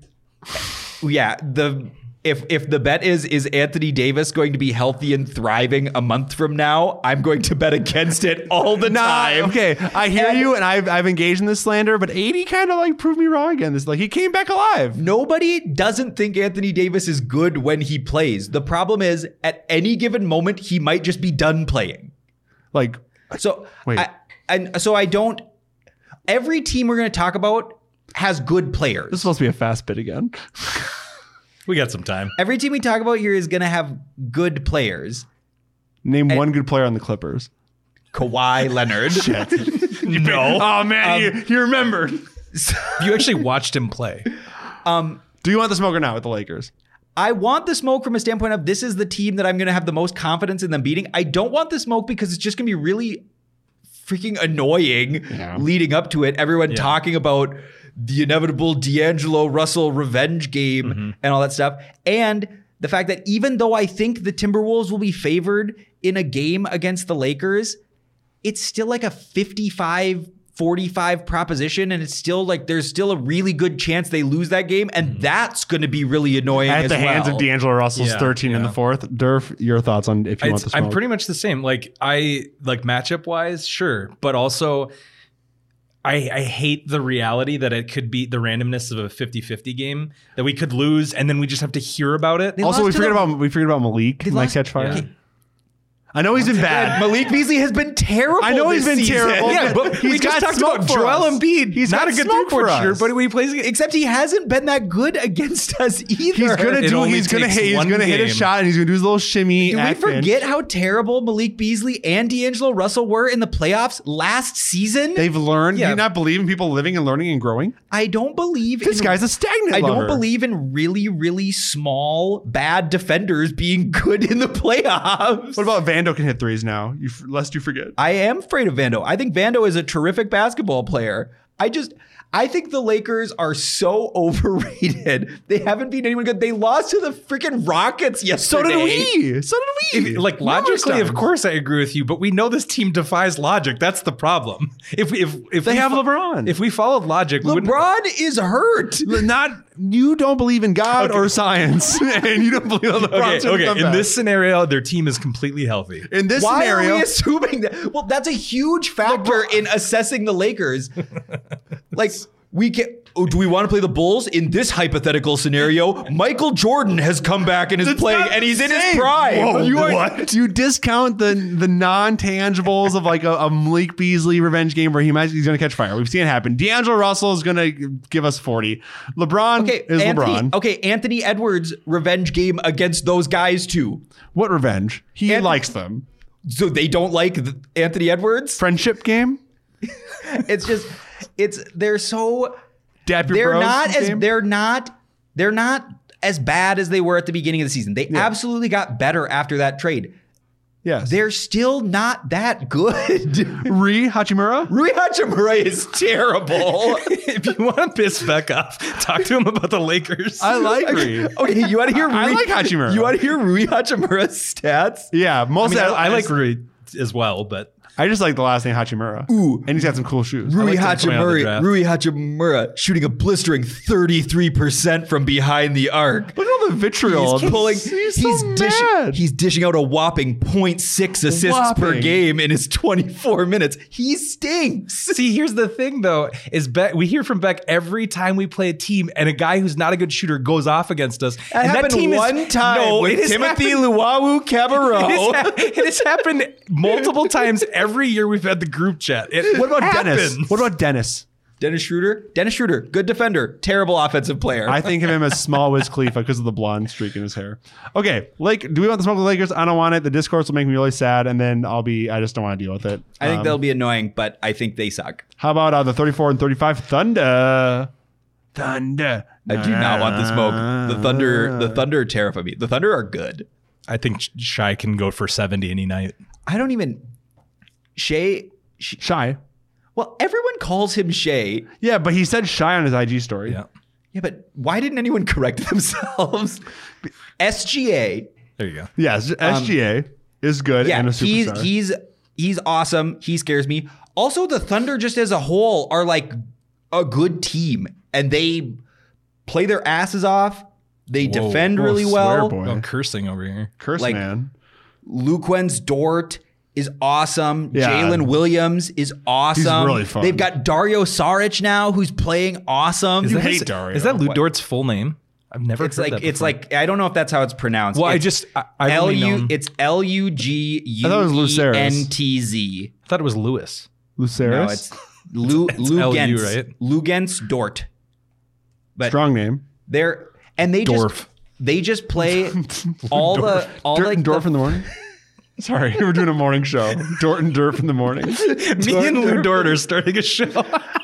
D: Yeah, the if if the bet is is Anthony Davis going to be healthy and thriving a month from now, I'm going to bet against it all the
B: Nah,
D: time.
B: okay. I hear you, and I've, I've engaged in this slander, but 80 kind of like proved me wrong again. This like he came back alive.
D: Nobody doesn't think Anthony Davis is good when he plays. The problem is at any given moment he might just be done playing.
B: Like
D: So
B: Wait.
D: I, and so I don't every team we're going to talk about has good players.
B: this is supposed to be a fast bit again.
C: we got some time.
D: every team we talk about here is going to have good players.
B: Name one good player on the Clippers.
D: Kawhi Leonard.
C: No.
B: Oh man, you, you remembered.
C: you actually watched him play.
B: Do you want the smoke or not with the Lakers?
D: I want the smoke from a standpoint of this is the team that I'm going to have the most confidence in them beating. I don't want the smoke because it's just going to be really freaking annoying leading up to it. Everyone talking about the inevitable D'Angelo Russell revenge game and all that stuff. And the fact that even though I think the Timberwolves will be favored in a game against the Lakers, it's still like a 55 45 proposition and it's still like there's still a really good chance they lose that game and that's going to be really annoying
B: Mm-hmm. At
D: as
B: the hands
D: well.
B: of D'Angelo Russell's
C: Yeah,
B: 13 in
C: yeah.
B: the fourth. Durf, your thoughts on if you want the
C: It's-
B: smoke?
C: I'm pretty much the same. Like I like matchup wise, sure, but also I I hate the reality that it could be the randomness of a 50-50 game that we could lose and then we just have to hear about it.
D: They
B: also, we
D: lost to
B: forget
D: the-
B: about we forget about Malik. Mike
D: lost-
B: catch fire.
C: Yeah.
B: I know he's been bad.
D: Malik Beasley has been terrible.
B: I know he's
D: this
B: been
D: season.
B: terrible.
D: Yeah, but
B: He's
D: we just
B: got
D: talked
B: smoke
D: about
B: for
D: Joel
B: us.
D: Embiid.
B: He's
D: not
B: got
D: a good
B: smoke
D: three-point
B: for us.
D: shooter, but when he plays, except he hasn't been that good against us either.
B: He's gonna
C: It
B: do.
C: only
B: He's gonna
C: takes
B: hit. He's
C: one
B: gonna hit a
C: game.
B: shot, and he's gonna do his little shimmy.
D: Do we
B: action.
D: forget how terrible Malik Beasley and D'Angelo Russell were in the playoffs last season?
B: They've learned. Do
C: Yeah.
B: you not believe in people living and learning and growing?
D: I don't believe
B: This
D: in-
B: guy's a stagnant.
D: I
B: lover.
D: don't believe in really, really small bad defenders being good in the playoffs.
B: What about Vando can hit threes now? You f- lest you forget.
D: I am afraid of Vando. I think Vando is a terrific basketball player. I just I think the Lakers are so overrated. They haven't beaten anyone good. They lost to the freaking Rockets
B: So
D: yesterday.
B: did we. So did we.
C: like
B: Numerous
C: logically, of
B: times.
C: course, I agree with you, but we know this team defies logic. That's the problem. If we, if if
B: They
C: we
B: have
C: fo-
B: LeBron.
C: if we followed logic, we wouldn't-
D: LeBron is hurt.
B: Not you don't believe in God or science, and you don't believe in LeBron.
C: Okay, okay. In this scenario, their team is completely healthy.
B: in this
D: Why
B: scenario,
D: are we assuming that? Well, that's a huge factor in assessing the Lakers. like we can. Oh, do we want to play the Bulls in this hypothetical scenario? Michael Jordan has come back and is
B: It's
D: playing,
B: not
D: and he's in his
B: insane.
D: prime.
B: Whoa,
D: You are-
B: You discount the the non tangibles of like a, a Malik Beasley revenge game where he might he's going to catch fire. We've seen it happen. D'Angelo Russell is going to give us forty. LeBron
D: Okay,
B: is
D: Anthony,
B: LeBron.
D: Okay, Anthony Edwards revenge game against those guys too.
B: What revenge? He
D: Anthony-
B: likes them.
D: So they don't like th- Anthony Edwards.
B: Friendship game.
D: It's just, it's they're so
B: Dap your
D: they're
B: bros
D: not as
B: game?
D: they're not they're not as bad as they were at the beginning of the season. They absolutely got better after that trade.
B: yes.
D: They're still not that good.
B: Re Hachimura.
D: Rui Hachimura is terrible.
C: if you want to piss Beck off, talk to him about the Lakers.
B: I like Re.
D: okay, you want to hear?
B: I- I
D: Rui-
B: like Hachimura.
D: You want to hear Rui Hachimura's stats?
B: Yeah, most
C: I, mean, I, I like
B: Rui.
C: Rui as well, but
B: I just like the last name Hachimura.
D: Ooh.
B: and he's got some cool shoes.
D: Rui
C: liked him coming out of the
D: Hachimura,
C: draft.
D: Rui Hachimura shooting a blistering 33% from behind the arc.
B: Look at all the vitriol.
D: He's pulling. He's,
B: He's, so
D: dishing.
B: mad.
D: He's dishing out a whopping 0.6 assists per
B: Whopping.
D: game in his 24 minutes. He stinks.
C: See, here's the thing though, is Beck we hear from Beck every time we play a team and a guy who's not a good shooter goes off against us.
D: That
C: and
D: happened
C: that team is-
D: one time
C: no, it
D: with
C: has
D: Timothy
C: happened-
D: Luwawu
C: It has,
D: Cabarro.
C: ha- it has happened multiple times every year we've had the group chat. It
B: what about
C: happens.
B: Dennis? What about Dennis?
D: Dennis Schroeder. Dennis Schroeder, good defender, terrible offensive player.
B: I think of him as Small Wiz Khalifa because of the blonde streak in his hair. Okay, Lake. Do we want the smoke with the Lakers? I don't want it. The discourse will make me really sad, and then I'll be. I just don't want to deal with it.
D: I think
B: Um,
D: that'll be annoying, but I think they suck.
B: How about uh, the 34 and 35 Thunder? Thunder.
D: I do not want the smoke. The Thunder, the Thunder terrify me. The Thunder are good.
C: I think Shy can go for 70 any night.
D: I don't even Shay. Sh-
B: Shy.
D: well, everyone calls him Shay.
B: Yeah, but he said shy on his IG story.
C: Yeah.
D: Yeah, but why didn't anyone correct themselves? SGA.
C: There you go.
B: Yes, SGA is good
D: Um, Yeah,
B: and a
D: he's
B: superstar.
D: he's he's awesome. He scares me. Also, the Thunder just as a whole are like a good team, and they play their asses off. They
C: Whoa.
D: defend
B: Whoa,
D: really
B: swear
D: well.
B: boy.
C: Oh, cursing over here.
B: Curse
D: like-
B: man.
D: Luquen's Dort is awesome.
B: Yeah.
D: Jalen Williams is awesome.
B: really fun.
D: They've got Dario Saric now, who's playing awesome.
B: You
C: that-
B: hate Dario.
C: Is that
D: What?
C: Ludort's full name? I've never
D: it's
C: heard
D: like
C: that
D: it's
C: before.
D: like I don't know if that's how it's pronounced.
C: Well, I
D: It's
C: just I, I
D: L
C: only
D: U.
C: known-
D: It's L U G
B: I thought it was
D: U E
B: Luceris.
D: N T Z.
C: I thought it was Lewis.
D: No,
B: Luceris.
D: it's Lu
C: LU,
D: Lugens.
C: right?
D: Lugens Dort. But
B: Strong name.
D: they're and they
C: Dorf.
D: just they just play all the all
B: Dirt
D: like
B: and Dorf
D: the,
B: in the morning. Sorry, we're doing a morning show. Dirt and Durf in the morning. that
C: Me and Ludort are starting a show.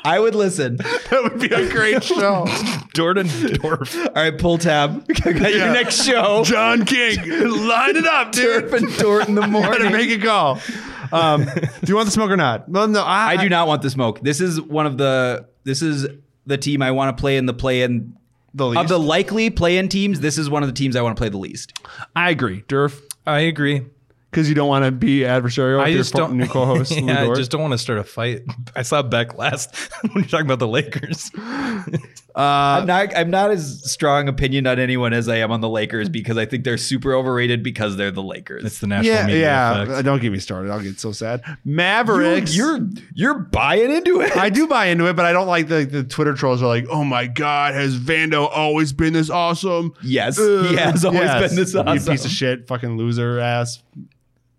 D: I would listen.
B: would be a great show.
C: Dort and Dorf.
D: All right, pull tab. Got
B: Yeah.
D: your next show.
B: John King, line it up,
D: Dorf
B: dude.
D: and Dort in the
B: Gotta
D: morning.
B: make a call. Um, do you want the smoke or not? No, no. I,
D: I do not want the smoke. This is one of the this is the team I want to play in the play in
B: The least.
D: of the likely play in teams. This is one of the teams I want to play the least.
B: I agree, Durf,
C: I agree.
B: because you don't want to be adversarial. with
C: I
B: your
C: just
B: fo-
C: don't.
B: New co-host. Lou
C: yeah, I
B: Dort.
C: just don't want to start a fight. I saw Beck last when we were talking about the Lakers.
D: I'm not I'm not as strong opinion on anyone as I am on the Lakers because I think they're super overrated because they're the Lakers.
C: It's the national
B: yeah,
C: media
B: yeah.
C: effect.
B: Don't get me started. I'll get so sad. Mavericks.
D: you're you're buying into it.
B: I do buy into it, but I don't like the, the Twitter trolls are like, oh my God, has Vando always been this awesome?
D: Yes,
B: Ugh.
D: he has always
B: Yes.
D: been this
B: You
D: awesome.
B: piece of shit, fucking loser ass.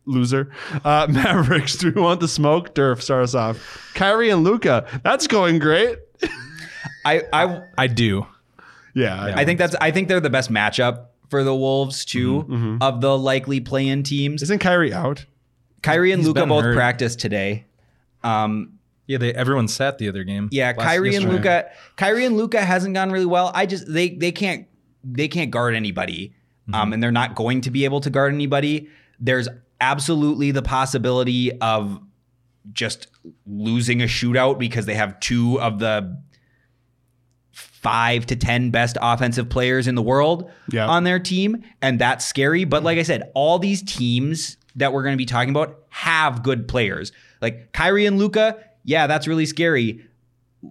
B: Loser. Uh, Mavericks, do we want the smoke? Durf, start us off. Kyrie and Luca. That's going great.
D: I, I
C: I do.
B: Yeah. I-
D: I think that's I think they're the best matchup for the Wolves too
B: Mm-hmm,
D: of the likely play in teams.
B: Isn't Kyrie out?
D: Kyrie and Luca
C: been
D: both
C: hurt.
D: practiced today. Um,
C: Yeah, they everyone sat the other game.
D: Yeah,
C: Last-
D: Kyrie and
C: yesterday.
D: Luca. Kyrie and Luca hasn't gone really well. I just they they can't they can't guard anybody,
C: Mm-hmm.
D: um, and they're not going to be able to guard anybody. There's absolutely the possibility of just losing a shootout because they have two of the five to ten best offensive players in the world
B: Yeah.
D: on their team, and that's scary. But like I said, all these teams that we're going to be talking about have good players. Like Kyrie and Luca, yeah, that's really scary.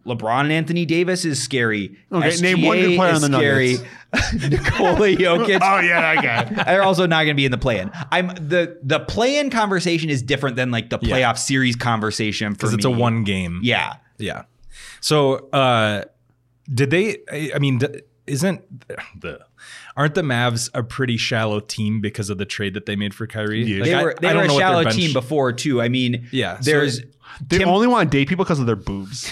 D: LeBron and Anthony Davis is scary.
B: Okay, name one good
D: SGA
B: player on
D: is
B: the Nuggets.
D: scary. Nikola Jokic.
C: Uh,
B: Oh, yeah, I got it.
D: They're also not going to be in the play-in. I'm the the play-in conversation is different than like the playoff
C: Yeah.
D: series conversation for
C: because
D: me.
C: it's a one game.
D: Yeah,
C: yeah. So, uh, did they? I I mean, d- isn't the aren't the Mavs a pretty shallow team because of the trade that they made for Kyrie?
B: Yeah.
C: Like,
D: they
C: I-
D: were they
C: I don't
D: were a
C: know what their
D: shallow
C: bench-
D: team before too. I mean,
C: Yeah, so-
D: there's
B: They
D: Tim-
B: only want to date people because of their boobs.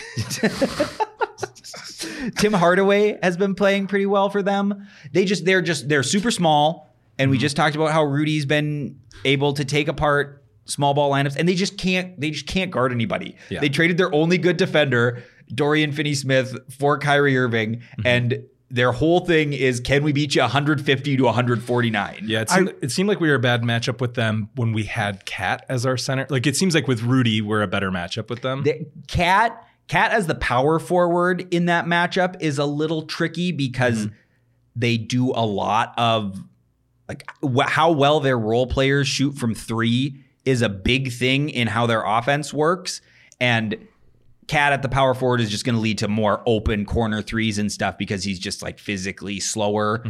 D: Tim Hardaway has been playing pretty well for them. They just they're just they're super small, and we just talked about how Rudy's been able to take apart small ball lineups, and they just can't they just can't guard anybody.
C: Yeah.
D: They traded their only good defender Dorian Finney-Smith for Kyrie Irving, and their whole thing is can we beat you 150 to 149?
C: Yeah, it seemed, it seemed like we were a bad matchup with them when we had Cat as our center. Like it seems like with Rudy, we're a better matchup with them.
D: The- Cat Cat as the power forward in that matchup is a little tricky because they do a lot of like wh- how well their role players shoot from 3 is a big thing in how their offense works. And Cat at the power forward is just going to lead to more open corner threes and stuff because he's just like physically slower.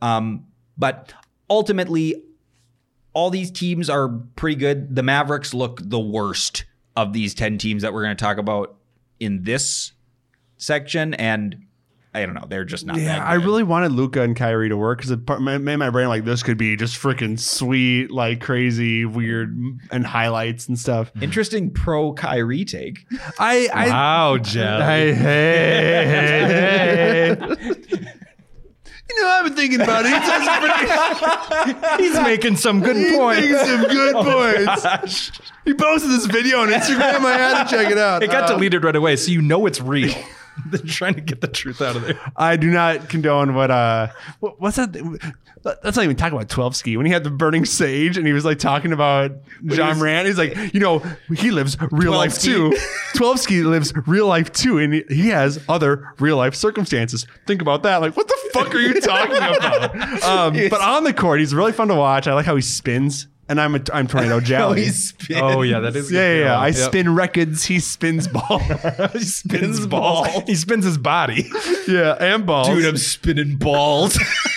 D: Um, but ultimately, all these teams are pretty good. The Mavericks look the worst of these 10 teams that we're going to talk about in this section. And I don't know. They're just not that
B: Yeah,
D: good.
B: I really wanted Luca and Kyrie to work because it part- ma- made my brain like this could be just freaking sweet, like crazy, weird, and highlights and stuff.
D: Interesting pro Kyrie take.
B: I, I,
C: Wow, Jeff.
B: Hey, hey, hey, hey. You know, I've been thinking about it. He's, just pretty,
C: He's making some good
B: he's
C: points.
B: making some good points. He posted this video on Instagram. I had to check it out.
C: It got
B: Uh,
C: deleted right away, so you know it's real. They're trying to get the truth out of there.
B: I do not condone what uh what, what's that let's not even talk about 12 ski when he had the burning sage and he was like talking about John
D: was-
B: Moran he's like you know he lives real life
D: Ski.
B: too 12 ski lives real life too and he- he has other real life circumstances think about that like what the fuck are you talking about um, but on the court he's really fun to watch I like how he spins and I'm a, I'm tornado jelly
D: he spins.
C: Oh yeah, that is.
B: yeah yeah, yeah. I
C: Yep.
B: spin records he spins ball
C: he spins balls. He spins his body.
B: yeah and balls
D: Dude, I'm spinning balls.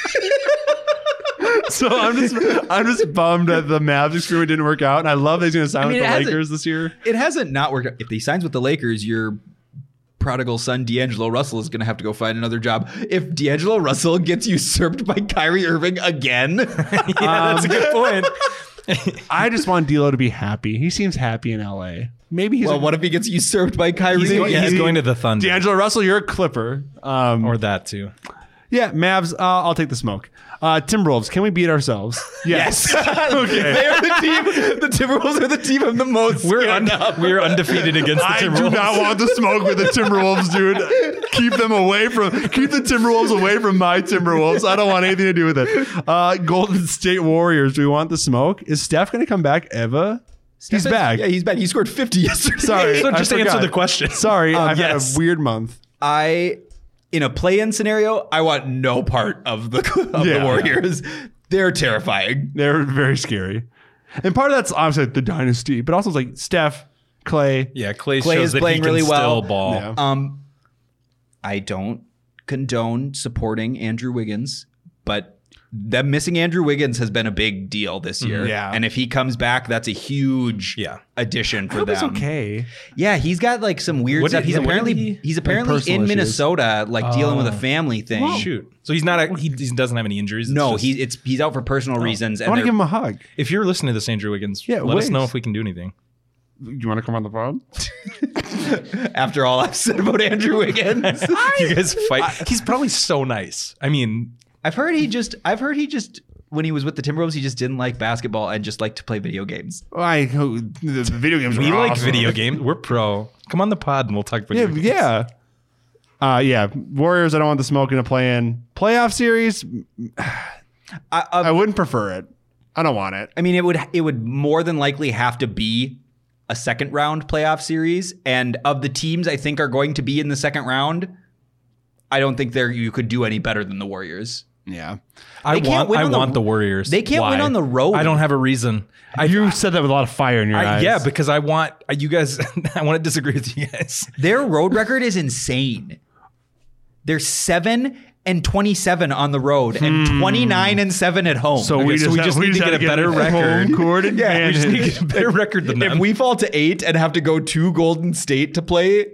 B: So I'm just I'm just bummed that the Mavs experiment didn't work out, and I love that he's going to sign
D: I mean,
B: with
D: it
B: the
D: hasn't-
B: Lakers this year.
D: it hasn't not worked out. If he signs with the Lakers, your prodigal son D'Angelo Russell is going to have to go find another job. If D'Angelo Russell gets usurped by Kyrie Irving again,
C: Yeah, that's a good point.
B: I just want D'Lo to be happy. He seems happy in LA. Maybe he's
D: well,
B: a-
D: what if he gets usurped by Kyrie?
C: He's, going,
D: again?
C: he's going to the Thunder
B: D'Angelo Russell. You're a Clipper. Um,
C: or that too.
B: yeah, Mavs. Uh, I'll take the smoke. Uh, Timberwolves. Can we beat ourselves? Yes. okay.
D: They are the team. The Timberwolves are the team of the most.
C: We're un- we're undefeated against the
B: I
C: Timberwolves.
B: do not want to smoke with the Timberwolves, dude. Keep them away from keep the Timberwolves away from my Timberwolves. I don't want anything to do with it. Uh, Golden State Warriors. Do we want the smoke? Is Steph going to come back ever? he's back.
D: Yeah, he's back. He scored 50 yesterday.
B: Sorry.
C: So
B: I
C: just answer
B: forgot.
C: the question.
B: Sorry,
C: Um,
B: I've
C: yes.
B: had a weird month.
D: I in a play-in scenario, I want no part of the of
B: Yeah.
D: the Warriors. They're terrifying.
B: They're very scary. And part of that's obviously the dynasty, but also it's like Steph, Clay.
C: Yeah, Clay,
D: Clay
C: shows
D: is
C: that
D: playing
C: he can
D: really well.
C: still ball.
B: Yeah.
D: Um, I don't condone supporting Andrew Wiggins, but them missing Andrew Wiggins has been a big deal this year.
B: Yeah.
D: and if he comes back, that's a huge
C: Mm-hmm. Yeah.
D: addition for
B: I hope
D: them.
B: he's okay.
D: Yeah, he's got like some weird
C: What did-
D: stuff. He's
C: yeah, what did
D: apparently
C: he- Oh.
D: he's apparently
B: personal
D: in
B: issues.
D: Minnesota, like dealing with a family thing.
C: Shoot. So he's not. A, he, he doesn't have any injuries. It's
D: No,
C: just-
D: he it's he's out for personal reasons.
B: I want to
D: they're-
B: give him a hug.
C: If you're listening to this, Andrew Wiggins,
B: Yeah,
C: let us know
B: Wiggs.
C: if we can do anything.
B: You want to come on the phone?
D: after all I've said about Andrew Wiggins.
C: you guys fight. he's probably so nice. I mean,
D: I've heard he just I've heard he just when he was with the Timberwolves, he just didn't like basketball and just liked to play video games.
B: I the the video games.
C: we
B: were
C: like
B: awesome.
C: video games. We're pro. Come on the pod and we'll talk video
B: Yeah,
C: games.
B: yeah. Uh, yeah, Warriors. I don't want the smoke in a play-in playoff series.
D: I, I,
B: I wouldn't prefer it. I don't want it.
D: I mean, it would it would more than likely have to be a second round playoff series, and of the teams I think are going to be in the second round, I don't think there you could do any better than the Warriors.
B: Yeah,
C: I
D: They
C: want.
D: can't win
C: I
D: on the-
C: want the, Warriors.
D: they can't win
C: Why?
D: on the road.
C: I don't have a reason. I,
B: you said that with a lot of fire in your
C: I,
B: eyes.
C: yeah, because I want I- you guys. I want to disagree with you guys.
D: Their road record is insane. They're seven and twenty-seven on the road, and twenty-nine and seven at home.
B: Hmm. so we
C: so
B: just,
C: we
B: ha-
C: just need to
B: have
C: get a better
B: home
C: record.
B: court
D: Yeah,
C: We
B: advantage.
C: just need to get a better record than them.
D: if we fall to eight and have to go to Golden State to play,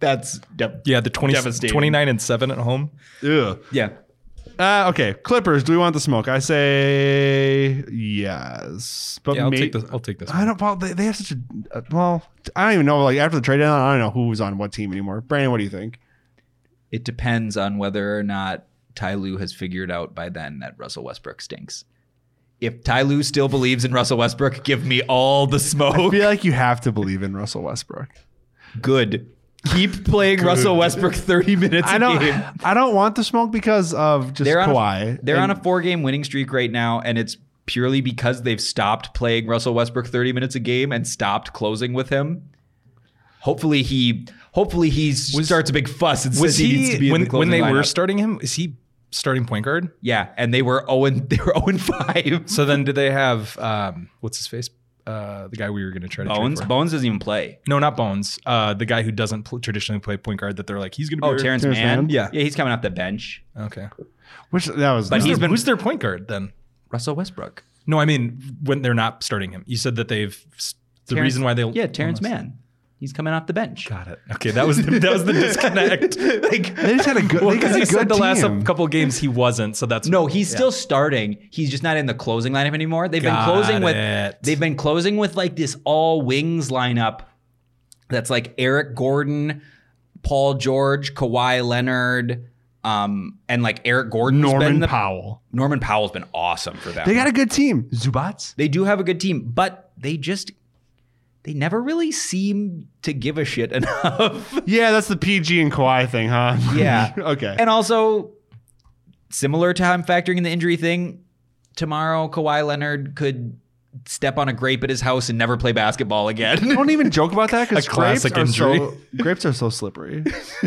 D: that's de-
C: yeah, the 20,
D: Devastating.
C: 29 and seven at home.
B: Ugh.
D: yeah.
B: Uh, okay, Clippers. Do we want the smoke? I say yes, but
C: Yeah, I'll
B: may-
C: take this. I'll take this.
B: I don't. Well, they, they have such a uh, well. I don't even know. Like after the trade down, I don't know who was on what team anymore. Brandon, what do you think?
D: It depends on whether or not Ty Lue has figured out by then that Russell Westbrook stinks. If Ty Lue still believes in Russell Westbrook, give me all the
B: I
D: smoke.
B: feel like you have to believe in Russell Westbrook.
D: Good. Keep playing Russell Westbrook 30 minutes
B: I
D: a
B: don't.
D: game.
B: I don't want the smoke because of just
D: They're on
B: Kawhi.
D: a, they're on a four-game winning streak right now, and it's purely because they've stopped playing Russell Westbrook 30 minutes a game and stopped closing with him. Hopefully he hopefully he starts a big fuss and
C: Was
D: says he, needs
C: he,
D: to be
C: when
D: in the
C: when
D: closing
C: they were
D: lineup.
C: starting him? Is he starting point guard?
D: yeah, and they oh were 0 and they were 0 and 5.
C: So then, did they have um, what's his face? uh, the guy we were going to try to trade
D: Bones.
C: for.
D: Bones doesn't even play.
C: No, not Bones. Uh, the guy who doesn't pl- traditionally play point guard that they're like he's going to be.
D: Oh,
C: our-
D: Terrence,
B: Terrence
D: Mann.
B: Mann?
C: Yeah.
D: yeah, he's coming off the bench.
C: Okay,
B: Which that was.
D: But
C: but
D: he's
C: he's
D: been-
C: who's their point guard then?
D: Russell Westbrook.
C: No, I mean when they're not starting him. You said that they've the
D: Terrence-
C: reason why they
D: Yeah, Terrence
C: Unless-
D: Mann. He's coming off the bench.
C: Got it. Okay, that was the, that was the disconnect.
B: they just had a good.
C: Well,
B: they got
C: because
B: a
C: he
B: good
C: said the
B: team.
C: last couple games he wasn't, so that's
D: No, he's still starting. He's just not in the closing lineup anymore. They've
C: Got
D: been closing with
C: it.
D: they've been closing with like this all wings lineup that's like Eric Gordon, Paul George, Kawhi Leonard, um, and like Eric Gordon.
B: Norman
D: been the,
B: Powell.
D: Norman Powell's been awesome for them.
B: They got a good team. Zubats.
D: They do have a good team, but they just they never really seem to give a shit enough.
B: Yeah, that's the PG and Kawhi thing, huh?
D: Yeah.
B: okay.
D: And also, similar to how I'm factoring in the injury thing, tomorrow Kawhi Leonard could step on a grape at his house and never play basketball again.
B: don't even joke about that because
C: A
B: grapes
C: classic
B: are so
C: injury.
B: grapes are so slippery.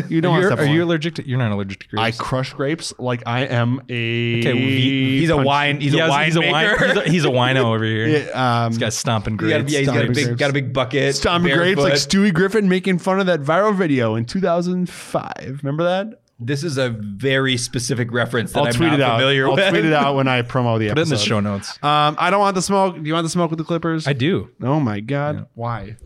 B: You don't
C: You're-
B: want to step
C: are
B: on
C: you
B: them.
C: allergic to? You're not allergic to
B: I
C: grapes.
B: crush grapes like I am a.
C: Okay, well, he-
D: he's a
B: punch-
D: wine. He's
C: He
D: a
C: has-
D: wine
C: he's
D: maker.
C: He's a, he's a wino over here.
B: Yeah,
C: He's
B: um,
C: got stomping
D: He got a-
C: grades.
D: yeah, he's got a
B: Stomping
D: big,
B: grapes.
D: got a big bucket.
B: Stomp grapes like
D: barefoot.
B: Stewie Griffin making fun of that viral video in 2005. Remember that?
D: this is a very specific reference that
B: I'll
D: am
B: tweet
D: not
B: it out.
D: familiar
B: I'll
D: with.
B: tweet it out when I promo the
C: Put it in
B: episode.
C: the show notes.
B: Um, I don't want the smoke. Do you want the smoke with the Clippers?
C: I do.
B: oh my god, why?
C: I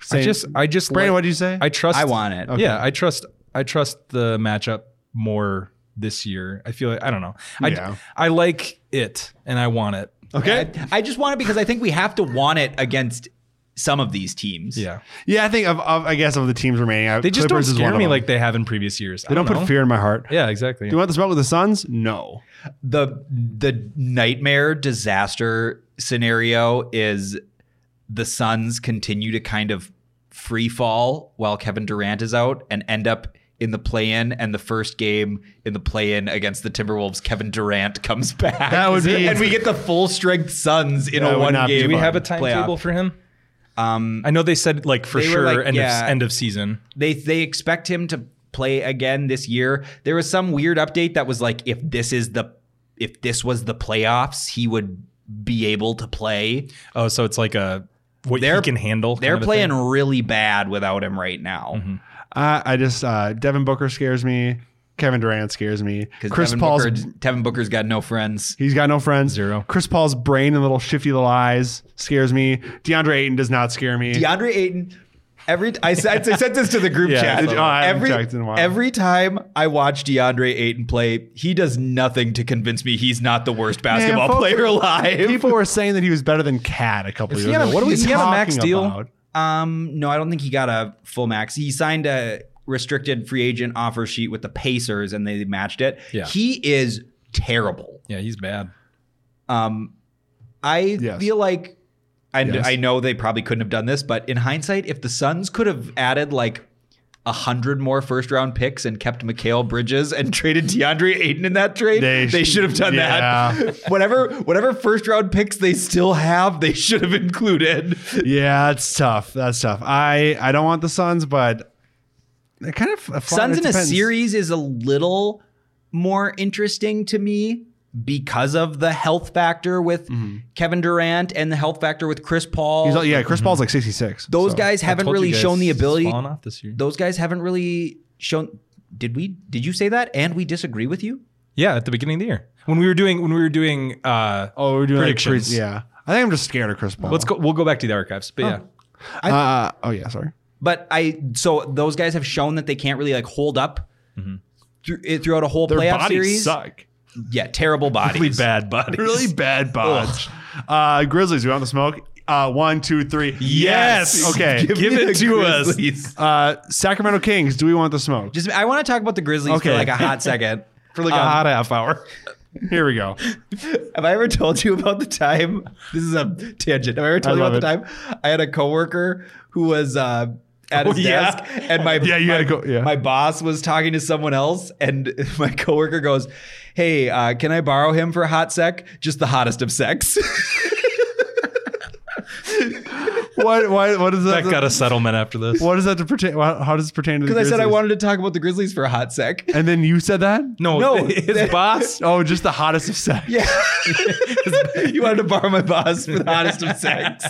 B: Same-
C: just, I just,
B: Brandon,
C: like-
B: what did you say?
C: I trust.
D: I want it.
B: Okay.
C: Yeah, I trust. I trust the matchup more this year. I feel like I don't know. I,
B: Yeah.
C: I like it and I want it.
B: okay.
D: I, I just want it because I think we have to want it against some of these teams.
C: Yeah,
B: Yeah, I think of, of I guess of the teams remaining, I-
C: they just
B: Clippers
C: don't
B: is
C: scare
B: one of
C: me
B: them.
C: like they have in previous years.
B: they don't, put fear in my heart.
C: Yeah, exactly.
B: Do you want the smoke with the Suns? No.
D: the the nightmare disaster scenario is the Suns continue to kind of free fall while Kevin Durant is out and end up in the play in and the first game in the play in against the Timberwolves Kevin Durant comes back
B: That would be-
D: and we get the full strength Suns in
B: That
D: a
B: would
D: one
B: not be
D: game
C: Do we have a
D: playoff.
C: timetable for him?
D: um
C: I know they said like for
D: They were
C: sure
D: like,
C: end,
D: yeah.
C: of, end of season.
D: they they expect him to play again this year. There was some weird update that was like if this is the if this was the playoffs, he would be able to play.
C: Oh, so it's like a what
D: They're-
C: you can handle. kind
D: They're
C: of a
D: playing
C: thing.
D: really bad without him right now.
B: Mm-hmm. I, I just uh, Devin Booker scares me. Kevin Durant scares me.
D: Because
B: Chris
D: Devin
B: Paul's
D: Booker, Devin Booker's got no friends.
B: he's got no friends.
C: Zero.
B: Chris Paul's brain and little shifty little eyes scares me. DeAndre Ayton does not scare me.
D: DeAndre Ayton. Every I said, I sent this to the group
C: Yeah.
D: chat.
B: Did you- oh, I haven't
D: every,
B: checked in a while.
D: every time I watch DeAndre Ayton play, he does nothing to convince me he's not the worst basketball
B: folks-
D: player alive.
B: People were saying that he was better than Cat a couple
C: Is
B: years
C: he on
B: ago.
C: a-
B: What are we
C: is he
B: talking
C: on a max deal?
B: about?
D: Um, no, I don't think he got a full max. He signed a restricted free agent offer sheet with the Pacers, and they matched it.
C: Yeah.
D: he is terrible.
C: Yeah, he's bad.
D: Um, I
B: Yes.
D: feel like I,
B: Yes.
D: I know they probably couldn't have done this, but in hindsight, if the Suns could have added like a hundred more first round picks and kept Mikhail Bridges and traded DeAndre Ayton in that trade,
B: They
D: they,
B: sh-
D: should have done
B: yeah.
D: that. whatever whatever first round picks they still have, they should have included.
B: Yeah, that's tough. That's tough. I I don't want the Suns, but it kind of uh, it
D: Suns in a
B: depends.
D: series is a little more interesting to me because of the health factor with Kevin Durant and the health factor with Chris Paul.
B: Mm-hmm. He's like, yeah, Chris Paul's like 66.
D: those
B: so.
D: guys
C: I
D: haven't
C: told you
D: really
C: guys
D: shown the
C: he's
D: ability.
C: fallen off this year.
D: Those guys haven't really shown. Did we? Did you say that? And we disagree with you.
C: Yeah, at the beginning of the year when we were doing when we were doing. uh
B: Oh, we're doing like,
C: Predictions.
B: pre- yeah. I think I'm just scared of Chris Paul.
C: Let's go. We'll go back to the archives. But yeah,
B: Uh, oh yeah, sorry.
D: But I. So those guys have shown that they can't really like hold up through it throughout a whole playoff series.
B: Mm-hmm. suck.
D: Yeah, terrible bodies.
C: bad bodies.
B: Really bad bots. Uh, Grizzlies, we want the smoke? Uh, one, two, three.
C: Yes.
B: Okay.
C: Give, it to us.
B: Uh, Sacramento Kings, do we want the smoke?
D: Just I want to talk about the Grizzlies
B: Okay.
D: for like a hot second.
C: for like a hot half hour.
B: Here we go.
D: Have I ever told you about the time? This is a tangent. Have I ever told you
B: love
D: about the time I had a coworker who was uh, at his
B: Oh, yeah.
D: desk, and my
B: Yeah, you
D: my,
B: had a co- yeah.
D: my boss was talking to someone else, and my coworker goes, "Hey, uh, can I borrow him for a hot sec? Just the hottest of sex."
B: What? Why? What is that?
C: Beck got a settlement after this.
B: What does that to pertain? How how does it pertain to? the
D: Because I said I
B: Grizzlies?
D: wanted to talk about the Grizzlies for a hot sec.
B: And then you said that?
C: No,
D: No,
C: his boss.
B: Oh, just the hottest of sex.
D: Yeah. you wanted to borrow my boss for the hottest of sex.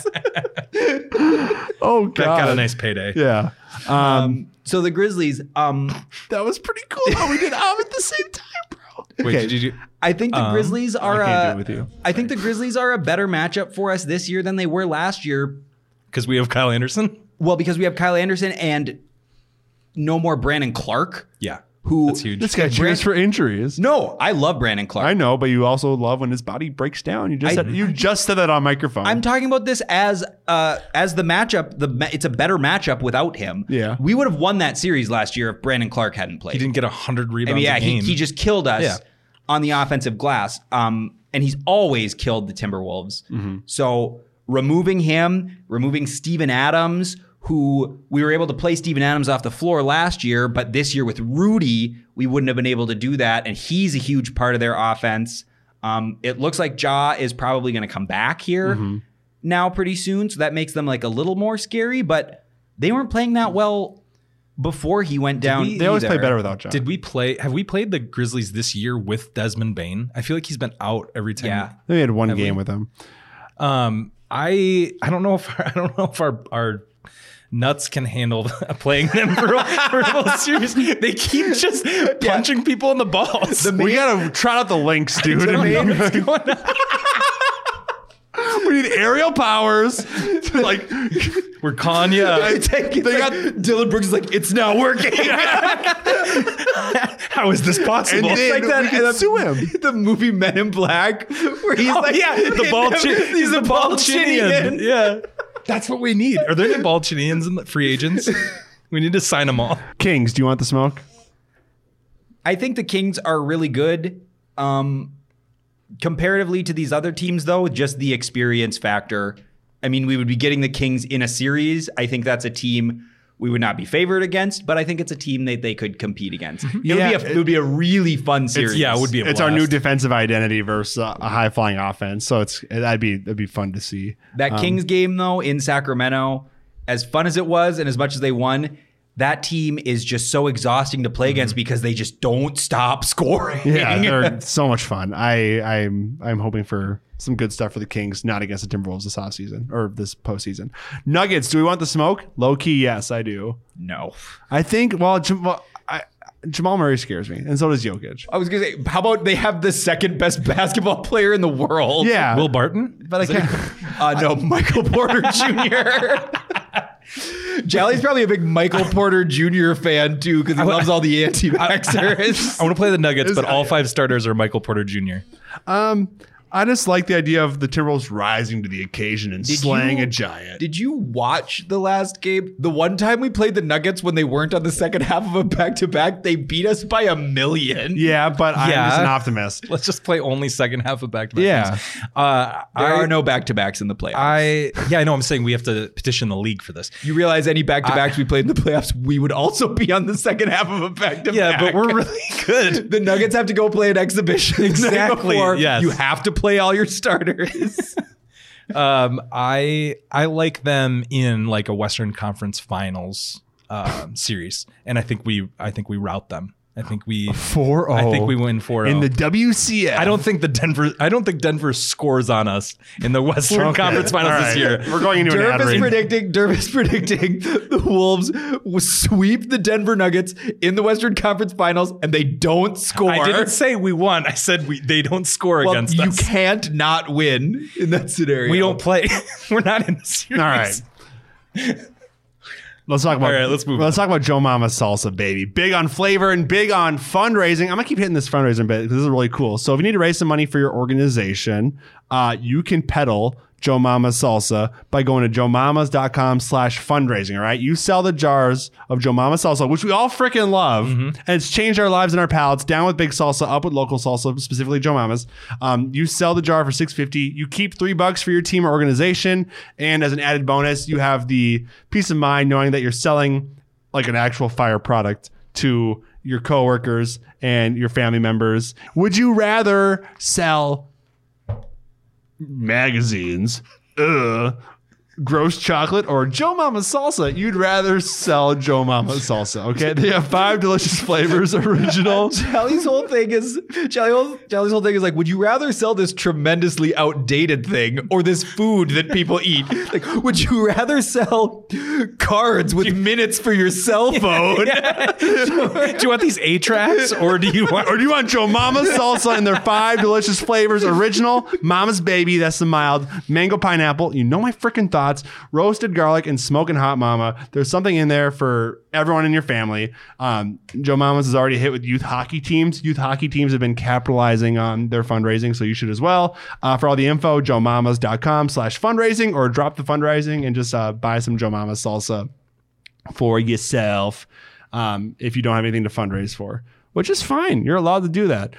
B: Oh
C: Beck
B: god.
C: got a nice payday.
B: Yeah. Um,
D: So the Grizzlies, um,
B: that was pretty cool how we did Om at the same time, bro.
C: Wait,
D: Okay.
C: did you?
D: I think the
C: Um,
D: Grizzlies are.
B: can't do
D: uh,
B: it with you.
D: I think the Grizzlies are a better matchup for us this year than they were last year.
C: Because we have Kyle Anderson.
D: Well, because we have Kyle Anderson and no more Brandon Clark.
C: Yeah,
D: Who-
C: That's huge.
B: This guy cheers for injuries.
D: No, I love Brandon Clark.
B: I know, but you also love when his body breaks down. You just
D: I-
B: said, you just said that on microphone.
D: I'm talking about this as uh, as the matchup. The ma- it's a better matchup without him.
B: Yeah.
D: we would have won that series last year if Brandon Clark hadn't played.
C: he didn't get hundred
D: I
C: rebounds.
D: mean, yeah,
C: a game.
D: he, he just killed us
C: Yeah.
D: on the offensive glass. Um, and he's always killed the Timberwolves.
B: Mm-hmm.
D: So removing him, removing Steven Adams, who we were able to play Steven Adams off the floor last year, but this year with Rudy, we wouldn't have been able to do that. And he's a huge part of their offense. Um, it looks like Ja is probably going to come back here
B: Mm-hmm.
D: now pretty soon. So that makes them like a little more scary, but they weren't playing that well before he went down.
C: we-
B: they always play
D: either.
B: better without John.
C: Did we play? Have we played the Grizzlies this year with Desmond Bain? I feel like he's been out every time.
D: Yeah.
B: they had one game with him.
C: Um, I I don't know if I don't know if our our nuts can handle playing them for, for a whole series. They keep just punching people in the balls.
B: we gotta trot out the links, dude. we need aerial powers. to, like
C: We're calling you. up.
D: They
B: got-
D: Dylan Brooks is like, it's not working.
C: How is this possible?
B: And
D: It's
B: then-
D: like that
B: we can
D: uh,
B: sue him.
D: The movie Men in Black, where he's
C: Oh,
D: like,
C: yeah, the Balchi-
D: he's a Balchinian.
C: Yeah, that's what we need. Are there any Balchinians in the free agents? We need to sign them all.
B: Kings, do you want the smoke?
D: I think the Kings are really good. Um, comparatively to these other teams, though, just the experience factor. I mean, we would be getting the Kings in a series. I think that's a team we would not be favored against, but I think it's a team that they could compete against. It,
B: Yeah,
D: would, be a, it, would be a really fun series.
C: Yeah, it would be. A
B: It's our new
C: blast.
B: defensive identity versus uh, a high flying offense. So it's that'd be that'd be fun to see.
D: That Kings game though in Sacramento, as fun as it was and as much as they won, that team is just so exhausting to play against because they just don't stop scoring.
B: Mm-hmm. Yeah, they're so much fun. I I'm I'm hoping for some good stuff for the Kings, not against the Timberwolves this offseason or this postseason. Nuggets, do we want the smoke? Low key, yes, I do.
D: no.
B: I think well, Jam- well, I, Jamal Murray scares me, and so does Jokic.
D: I was gonna say, how about they have the second best basketball player in the world?
B: Yeah,
C: Will Barton.
B: but I can't.
D: Uh, no, Michael Porter Jr. Jolly's probably a big Michael Porter Jr. fan too because he loves all the anti-vaxxers.
C: I want to play the Nuggets, but
B: Is-
C: all five starters are Michael Porter Jr.
B: I just like the idea of the Timberwolves rising to the occasion and slaying
D: you-
B: a giant.
D: Did you watch the last game? The one time we played the Nuggets when they weren't on the second half of a back to back, they beat us by a million.
B: yeah, but I'm
C: Yeah.
B: just an optimist.
C: Let's just play only second half of back to back.
B: Yeah.
C: Uh,
D: There
C: I,
D: are no back to backs in the playoffs.
C: I yeah, I know. I'm saying we have to petition the league for this.
D: you realize any back to backs we played in the playoffs, we would also be on the second half of a back to back.
C: Yeah, but we're really good.
D: The Nuggets have to go play an exhibition. the night
C: Exactly,
D: before.
C: yes.
D: You have to play all your starters.
C: Um, I I like them in like a Western Conference Finals um, series, and I think we I think we route them. I think we
B: 4-0.
C: I think we win four
B: oh.
C: oh.
B: in the WCF.
C: I don't think the Denver. I don't think Denver scores on us in the Western
B: Okay.
C: Conference Finals
B: All
C: this
B: right.
C: year.
B: We're going into an ad
D: Dervis
B: read.
D: predicting. Dervis predicting the Wolves will sweep the Denver Nuggets in the Western Conference Finals, and they don't score.
C: I didn't say we won. I said we they don't score
D: well,
C: against
D: you
C: us.
D: can't not win in that scenario.
C: We don't play. We're not in the series.
B: All right. Let's talk about
C: All right, let's move
B: Let's talk about Joe Mama Salsa, baby. Big on flavor and big on fundraising. I'm gonna keep hitting this fundraising bit because this is really cool. So if you need to raise some money for your organization, uh, you can pedal Joe Mama Salsa by going to joemamas.com slash fundraising. All right, you sell the jars of Joe Mama Salsa, which we all freaking love, and it's changed our lives and our palates. Down with big salsa, up with local salsa, specifically Joe Mama's. Um, you sell the jar for six fifty. You keep three bucks for your team or organization, and as an added bonus, you have the peace of mind knowing that you're selling like an actual fire product to your coworkers and your family members. Would you rather sell magazines? Uh gross chocolate or Joe Mama salsa, you'd rather sell Joe Mama Oh, salsa. Okay, they have five delicious flavors: original,
D: Jelly's whole thing is Jelly whole, Jelly's whole thing is like, would you rather sell this tremendously outdated thing or this food that people eat? Like, would you rather sell cards with minutes for your cell
B: Oh,
D: phone?
C: do you want these A tracks or do you want
B: or do you want Joe Mama salsa and their five delicious flavors? Original, Mama's Baby, that's the mild, mango pineapple, you know my freaking thoughts, roasted garlic, and smoking hot mama. There's something in there for everyone in your family. Um, Joe Mama's is already hit with youth hockey teams. Youth hockey teams have been capitalizing on their fundraising, so you should as well. Uh, for all the info, joemamas.com slash fundraising or drop the fundraising and just uh, buy some Joe Mama salsa for yourself um, if you don't have anything to fundraise for, which is fine. You're allowed to do that.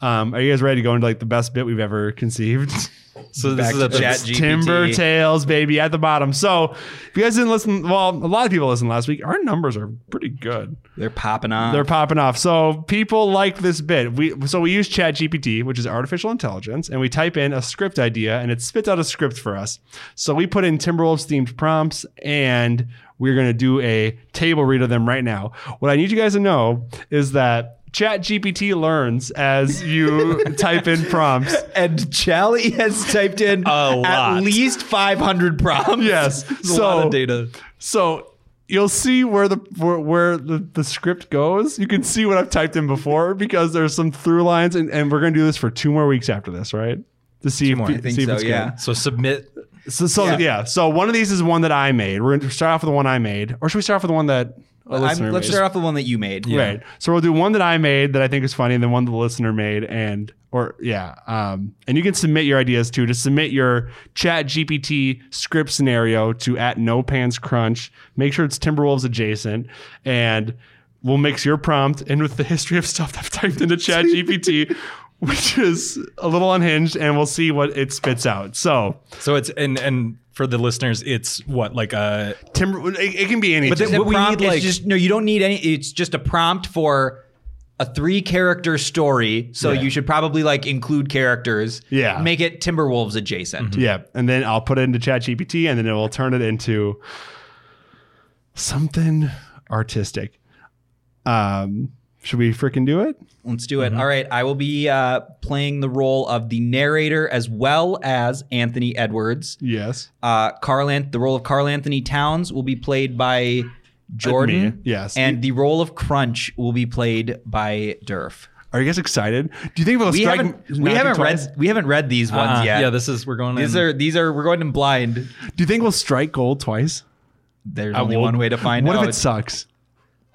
B: Um, are you guys ready to go into like the best bit we've ever conceived?
C: so this is at the
D: Chat
C: chat
D: GPT.
B: Timber tails, baby, at the bottom. So if you guys didn't listen, well, a lot of people listened last week. Our numbers are pretty good.
D: They're popping on.
B: They're popping off. So people like this bit. We so we use ChatGPT, which is artificial intelligence, and we type in a script idea, and it spits out a script for us. So we put in Timberwolves themed prompts, and we're gonna do a table read of them right now. What I need you guys to know is that. ChatGPT learns as you type in prompts.
D: and Jally has typed in at
C: lot.
D: least 500 prompts.
B: Yes.
C: a
B: so
C: lot of data.
B: So you'll see where the where, where the, the script goes. You can see what I've typed in before because there's some through lines, and, and we're gonna do this for two more weeks after this, right? To see if,
C: more, I
B: pe-
D: think
B: see
D: so,
B: if it's
D: yeah.
B: good.
C: So submit.
B: So, so yeah.
D: Yeah.
B: So one of these is one that I made. We're gonna start off with the one I made, or should we start off with the one that a
D: I'm-
B: listener
D: let's
B: made?
D: start off with one that you made.
B: Right. So we'll do one that I made that I think is funny, and then one the listener made, and or yeah, um, and you can submit your ideas too. To submit your Chat GPT script scenario to at No Pans Crunch. Make sure it's Timberwolves adjacent, and we'll mix your prompt in with the history of stuff I've typed into Chat GPT, which is a little unhinged, and we'll see what it spits out. So
C: So it's and and for the listeners, it's what like uh, a
B: Timber, it, it can be anything.
C: then-
D: It's a
C: What we
D: prompt,
C: need,
D: it's
C: like-
D: just no, you don't need any. It's just a prompt for a three-character story. So you should probably like include characters.
B: Yeah.
D: make it Timberwolves
C: Mm-hmm.
D: adjacent.
B: Yeah, and then I'll put it into ChatGPT, and then it will turn it into something artistic. Um, should we freaking do it?
D: Let's do it.
C: Mm-hmm.
D: All right, I will be uh, playing the role of the narrator as well as Anthony Edwards.
B: Yes,
D: Uh, Carl, An- the role of Carl Anthony Towns will be played by Jordan.
B: me, yes.
D: and the role of Crunch will be played by Durf.
B: Are you guys excited? Do you think we'll
D: We
B: strike?
D: haven't,
B: knock
D: we
B: it
D: haven't
B: twice?
D: read we haven't read these ones
C: uh,
D: yet.
C: yeah. This is we're going.
D: these
C: in.
D: are these are we're going in blind.
B: Do you think we'll strike gold twice?
D: There's
B: I
D: only
B: will-
D: one way to find
B: what
D: out.
B: if it sucks?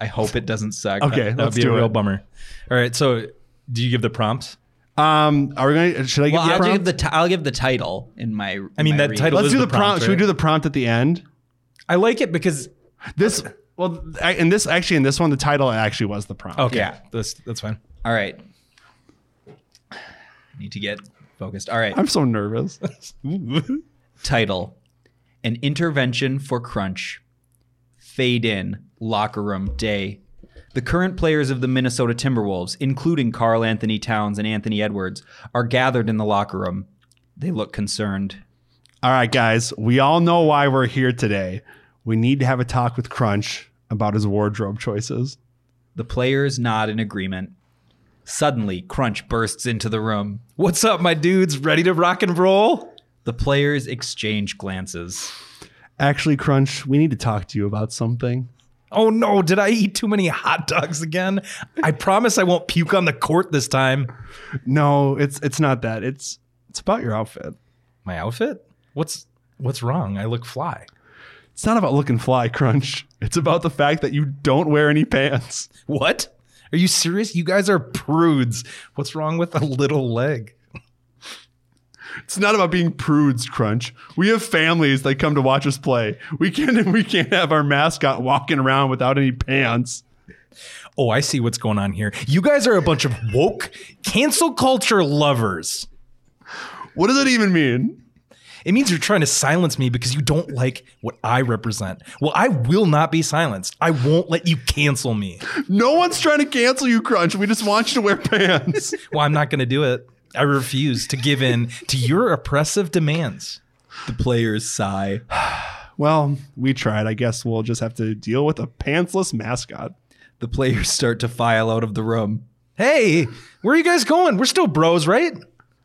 D: I hope it doesn't suck.
B: Okay,
C: That would
B: let's
C: be a
B: do
C: real
B: it.
C: bummer. All right. So do you give the prompt?
B: Um, are we going? Should I give
D: Well,
B: the
D: I'll
B: prompt?
D: give the t- I'll give the title in my. in
C: I mean,
D: my
C: that
D: read.
C: title-
B: Let's
C: is
B: do
C: the
B: the prompt.
C: prompt,
B: Should we
C: right?
B: do the prompt at the end?
C: I like it because
B: This well, I, in this actually in this one, the title actually was the prompt.
C: okay,
D: Yeah.
C: that's that's fine.
D: All right. Need to get focused. All right.
B: I'm so nervous.
D: Title: An intervention for Crunch. Fade in locker room day. The current players of the Minnesota Timberwolves, including Carl Anthony Towns and Anthony Edwards, are gathered in the locker room. They look concerned.
B: All right, guys, we all know why we're here today. We need to have a talk with Crunch about his wardrobe choices.
D: The players nod in agreement. Suddenly, Crunch bursts into the room.
C: What's up, my dudes? Ready to rock and roll?
D: The players exchange glances.
B: Actually, Crunch, we need to talk to you about something.
C: Oh no, did I eat too many hot dogs again? I promise I won't puke on the court this time.
B: No, it's it's not that. It's it's about your outfit.
C: My outfit? What's what's wrong? I look fly.
B: It's not about looking fly, Crunch. It's about the fact that you don't wear any pants.
C: What? Are you serious? You guys are prudes. What's wrong with a little leg?
B: It's not about being prudes, Crunch. We have families that come to watch us play. We can't we can't have our mascot walking around without any pants.
C: Oh, I see what's going on here. You guys are a bunch of woke cancel culture lovers.
B: What does that even mean?
C: It means you're trying to silence me because you don't like what I represent. Well, I will not be silenced. I won't let you cancel me.
B: No one's trying to cancel you, Crunch. We just want you to wear pants.
C: Well, I'm not going to do it. I refuse to give in to your oppressive demands. The players sigh.
B: Well, we tried. I guess we'll just have to deal with a pantsless mascot.
C: The players start to file out of the room. Hey, where are you guys going? We're still bros, right?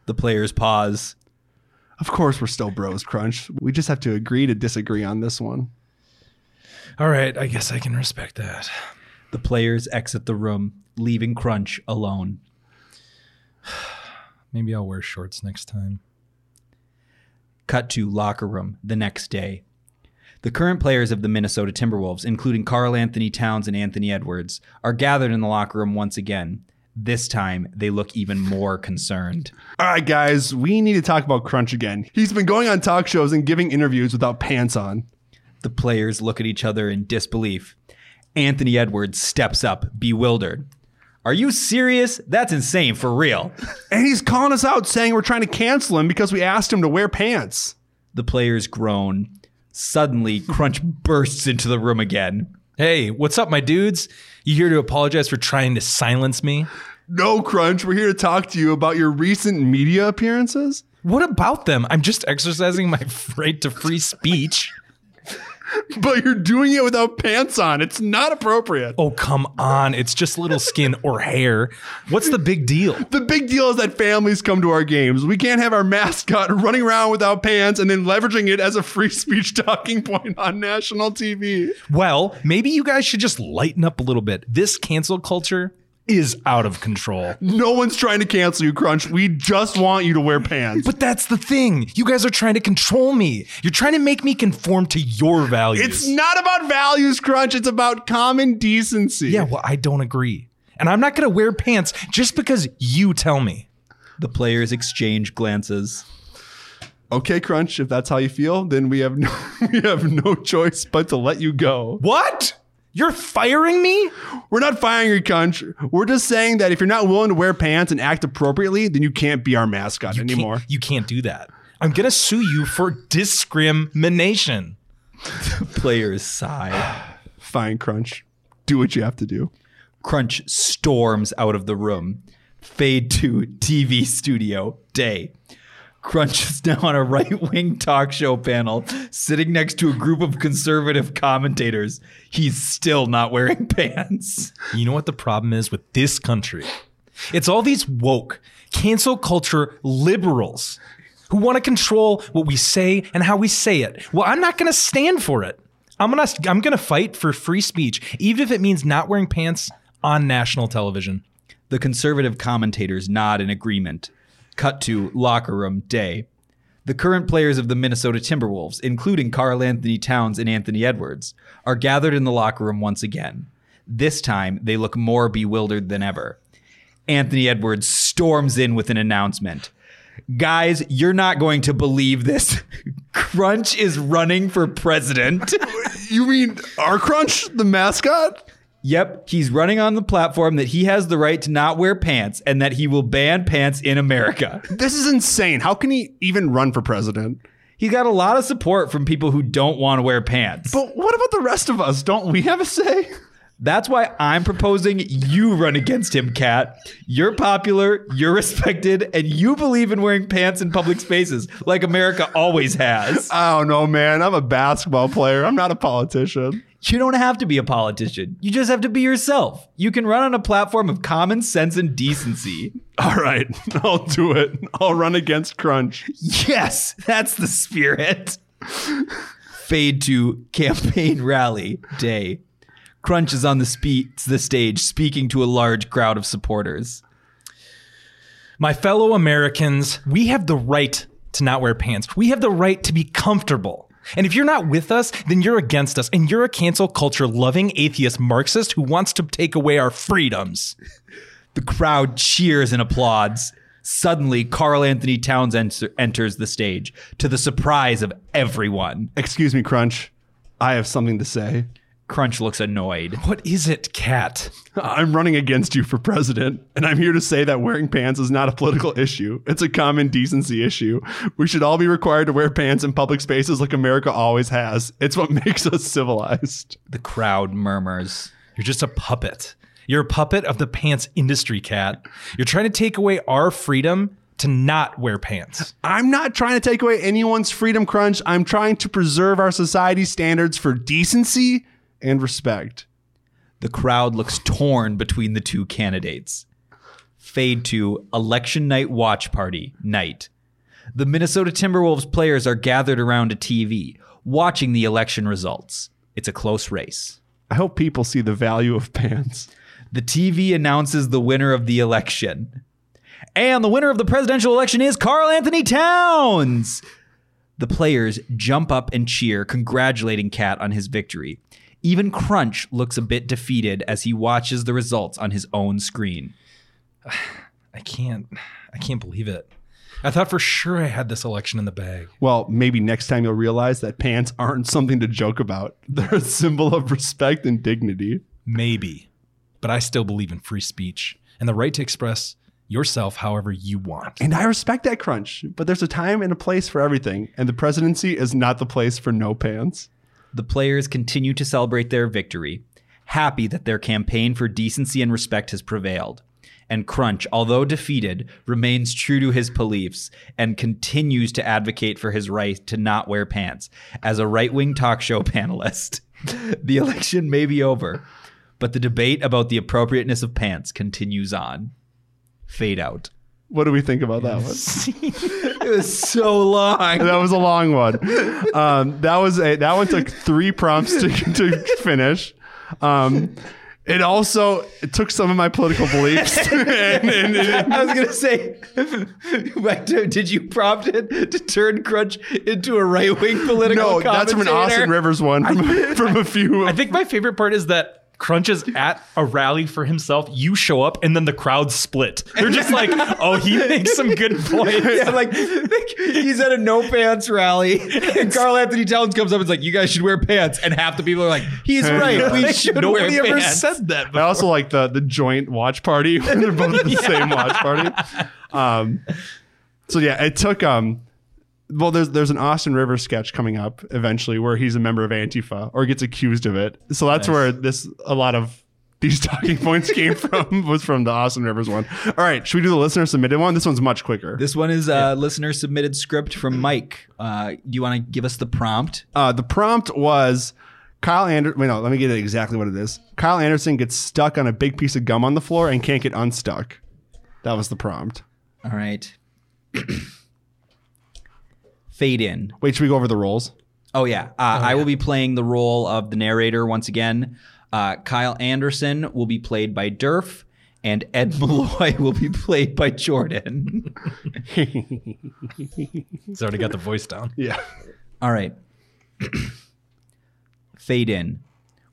C: The players pause.
B: Of course, we're still bros, Crunch. We just have to agree to disagree on this one.
C: All right, I guess I can respect that. The players exit the room, leaving Crunch alone. Maybe I'll wear shorts next time. Cut to locker room the next day.
D: The current players of the Minnesota Timberwolves, including Carl Anthony Towns and Anthony Edwards, are gathered in the locker room once again. This time, they look even more concerned.
B: All right, guys, we need to talk about Crunch again. He's been going on talk shows and giving interviews without pants on.
D: The players look at each other in disbelief. Anthony Edwards steps up, bewildered. Are you serious? That's insane, for real.
B: And he's calling us out saying we're trying to cancel him because we asked him to wear pants.
D: The players groan. Suddenly, Crunch bursts into the room again.
C: Hey, what's up, my dudes? You here to apologize for trying to silence me?
B: No, Crunch, we're here to talk to you about your recent media appearances.
C: What about them? I'm just exercising my right to free speech.
B: But you're doing it without pants on. It's not appropriate.
C: Oh, come on. It's just little skin or hair. What's the big deal?
B: The big deal is that families come to our games. We can't have our mascot running around without pants and then leveraging it as a free speech talking point on national TV.
C: Well, maybe you guys should just lighten up a little bit. This cancel culture is out of control.
B: No one's trying to cancel you, Crunch. We just want you to wear pants.
C: But that's the thing. You guys are trying to control me. You're trying to make me conform to your values.
B: It's not about values, Crunch. It's about common decency.
C: Yeah, well, I don't agree. And I'm not going to wear pants just because you tell me.
D: The players exchange glances.
B: Okay, Crunch. If that's how you feel, then we have no, we have no choice but to let you go.
C: What? You're firing me?
B: We're not firing you, Crunch. We're just saying that if you're not willing to wear pants and act appropriately, then you can't be our mascot
C: You can't-
B: anymore.
C: you can't do that. I'm going to sue you for discrimination.
D: Players sigh.
B: Fine, Crunch. Do what you have to do.
D: Crunch storms out of the room. Fade to TV studio day. Crunch is now on a right wing talk show panel, sitting next to a group of conservative commentators. He's still not wearing pants.
C: You know what the problem is with this country? It's all these woke, cancel culture liberals who want to control what we say and how we say it. Well, I'm not going to stand for it. I'm going to I'm going to fight for free speech even if it means not wearing pants on national television.
D: The conservative commentators nod in agreement. Cut to locker room day. The current players of the Minnesota Timberwolves, including Carl Anthony Towns and Anthony Edwards, are gathered in the locker room once again. This time, they look more bewildered than ever. Anthony Edwards storms in with an announcement. Guys, you're not going to believe this. Crunch is running for president.
B: You mean our Crunch, the mascot?
D: Yep, he's running on the platform that he has the right to not wear pants and that he will ban pants in America.
B: This is insane. How can he even run for president?
D: He's got a lot of support from people who don't want to wear pants.
B: But what about the rest of us? Don't we have a say?
D: That's why I'm proposing you run against him, Kat. You're popular, you're respected, and you believe in wearing pants in public spaces like America always has.
B: I don't know, man. I'm a basketball player. I'm not a politician.
D: You don't have to be a politician. You just have to be yourself. You can run on a platform of common sense and decency.
B: All right, I'll do it. I'll run against Crunch.
D: Yes, that's the spirit. Fade to campaign rally day. Crunch is on the, spe- the stage speaking to a large crowd of supporters.
C: My fellow Americans, we have the right to not wear pants. We have the right to be comfortable. And if you're not with us, then you're against us, and you're a cancel culture loving atheist Marxist who wants to take away our freedoms.
D: The crowd cheers and applauds. Suddenly, Carl Anthony Towns enter- enters the stage to the surprise of everyone.
B: Excuse me, Crunch. I have something to say.
D: Crunch looks annoyed.
C: What is it, Cat?
B: I'm running against you for president, and I'm here to say that wearing pants is not a political issue. It's a common decency issue. We should all be required to wear pants in public spaces like America always has. It's what makes us civilized.
D: The crowd murmurs.
C: You're just a puppet. You're a puppet of the pants industry, Cat. You're trying to take away our freedom to not wear pants.
B: I'm not trying to take away anyone's freedom crunch. I'm trying to preserve our society's standards for decency and respect.
D: The crowd looks torn between the two candidates. Fade to election night watch party night. The Minnesota Timberwolves players are gathered around a TV, watching the election results. It's a close race.
B: I hope people see the value of pants.
D: The TV announces the winner of the election. And the winner of the presidential election is Carl Anthony Towns. The players jump up and cheer, congratulating Cat on his victory. Even Crunch looks a bit defeated as he watches the results on his own screen.
C: I can't I can't believe it. I thought for sure I had this election in the bag.
B: Well, maybe next time you'll realize that pants aren't something to joke about. They're a symbol of respect and dignity.
C: Maybe. But I still believe in free speech and the right to express yourself however you want.
B: And I respect that crunch, but there's a time and a place for everything, and the presidency is not the place for no pants.
D: The players continue to celebrate their victory, happy that their campaign for decency and respect has prevailed. And Crunch, although defeated, remains true to his beliefs and continues to advocate for his right to not wear pants as a right wing talk show panelist. the election may be over, but the debate about the appropriateness of pants continues on. Fade out.
B: What do we think about that one?
D: It was so long.
B: That was a long one. Um, that was a that one took three prompts to, to finish. Um, it also it took some of my political beliefs and, and it
D: I was gonna say, but did you prompt it to turn Crunch into a right wing political?
B: No, that's from an Austin
D: commentator?
B: Rivers one from, from a few.
C: I think my favorite part is that Crunch is at a rally for himself. You show up, and then the crowd split. They're just like, "Oh, he makes some good points."
D: Yeah, like like, he's at a no pants rally, and Carl Anthony Towns comes up and's like, "You guys should wear pants," and half the people are like, "He's right, we should wear
C: Nobody ever
D: pants."
C: said that.
B: I also like the the joint watch party. where They're both at the same watch party. Um, so yeah, it took um. Well, there's there's an Austin Rivers sketch coming up eventually where he's a member of Antifa or gets accused of it. So that's where this a lot of these talking points came from was from the Austin Rivers one. All right, should we do the listener submitted one? This one's much quicker.
D: This one is a listener submitted script from Mike. Uh, do you want to give us the prompt?
B: Uh, the prompt was Kyle Anderson. Wait, no, let me get it exactly what it is. Kyle Anderson gets stuck on a big piece of gum on the floor and can't get unstuck. That was the prompt.
D: All right. Fade in.
B: Wait, should we go over the roles?
D: Oh yeah, uh, I will be playing the role of the narrator once again. Uh, Kyle Anderson will be played by Durf, and Ed Malloy will be played by Jordan.
C: He's already got the voice down.
B: Yeah.
D: All right. Fade in.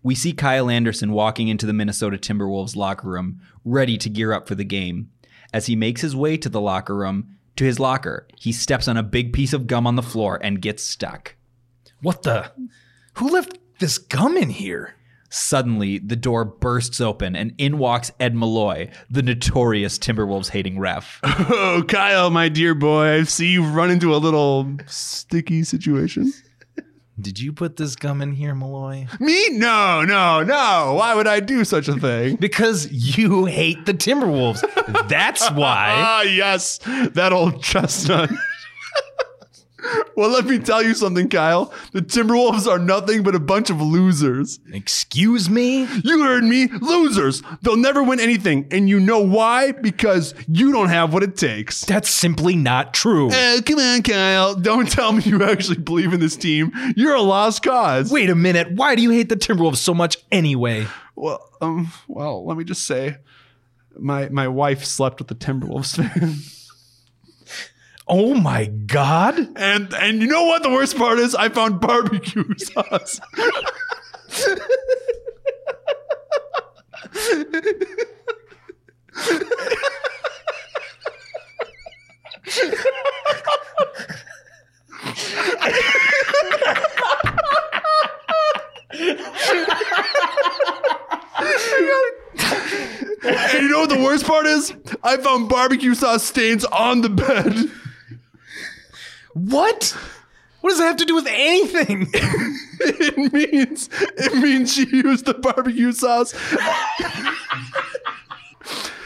D: We see Kyle Anderson walking into the Minnesota Timberwolves locker room, ready to gear up for the game. As he makes his way to the locker room, to his locker, he steps on a big piece of gum on the floor and gets stuck.
C: What the? Who left this gum in here?
D: Suddenly, the door bursts open and in walks Ed Malloy, the notorious Timberwolves hating ref.
B: Oh, Kyle, my dear boy, I see you've run into a little sticky situation.
C: Did you put this gum in here, Malloy?
B: Me? No, no, no. Why would I do such a thing?
C: Because you hate the Timberwolves. That's why.
B: Ah, yes, that old chestnut. well, let me tell you something, Kyle. The Timberwolves are nothing but a bunch of losers.
C: Excuse me?
B: You heard me. Losers. They'll never win anything. And you know why? Because you don't have what it takes.
C: That's simply not true.
B: Oh, come on, Kyle. Don't tell me you actually believe in this team. You're a lost cause.
C: Wait a minute. Why do you hate the Timberwolves so much anyway?
B: Well, um, well, let me just say my my wife slept with the Timberwolves fan.
C: Oh my God.
B: And and you know what the worst part is? I found barbecue sauce. and you know what the worst part is? I found barbecue sauce stains on the bed.
C: What? What does that have to do with anything?
B: it means it means she used the barbecue sauce.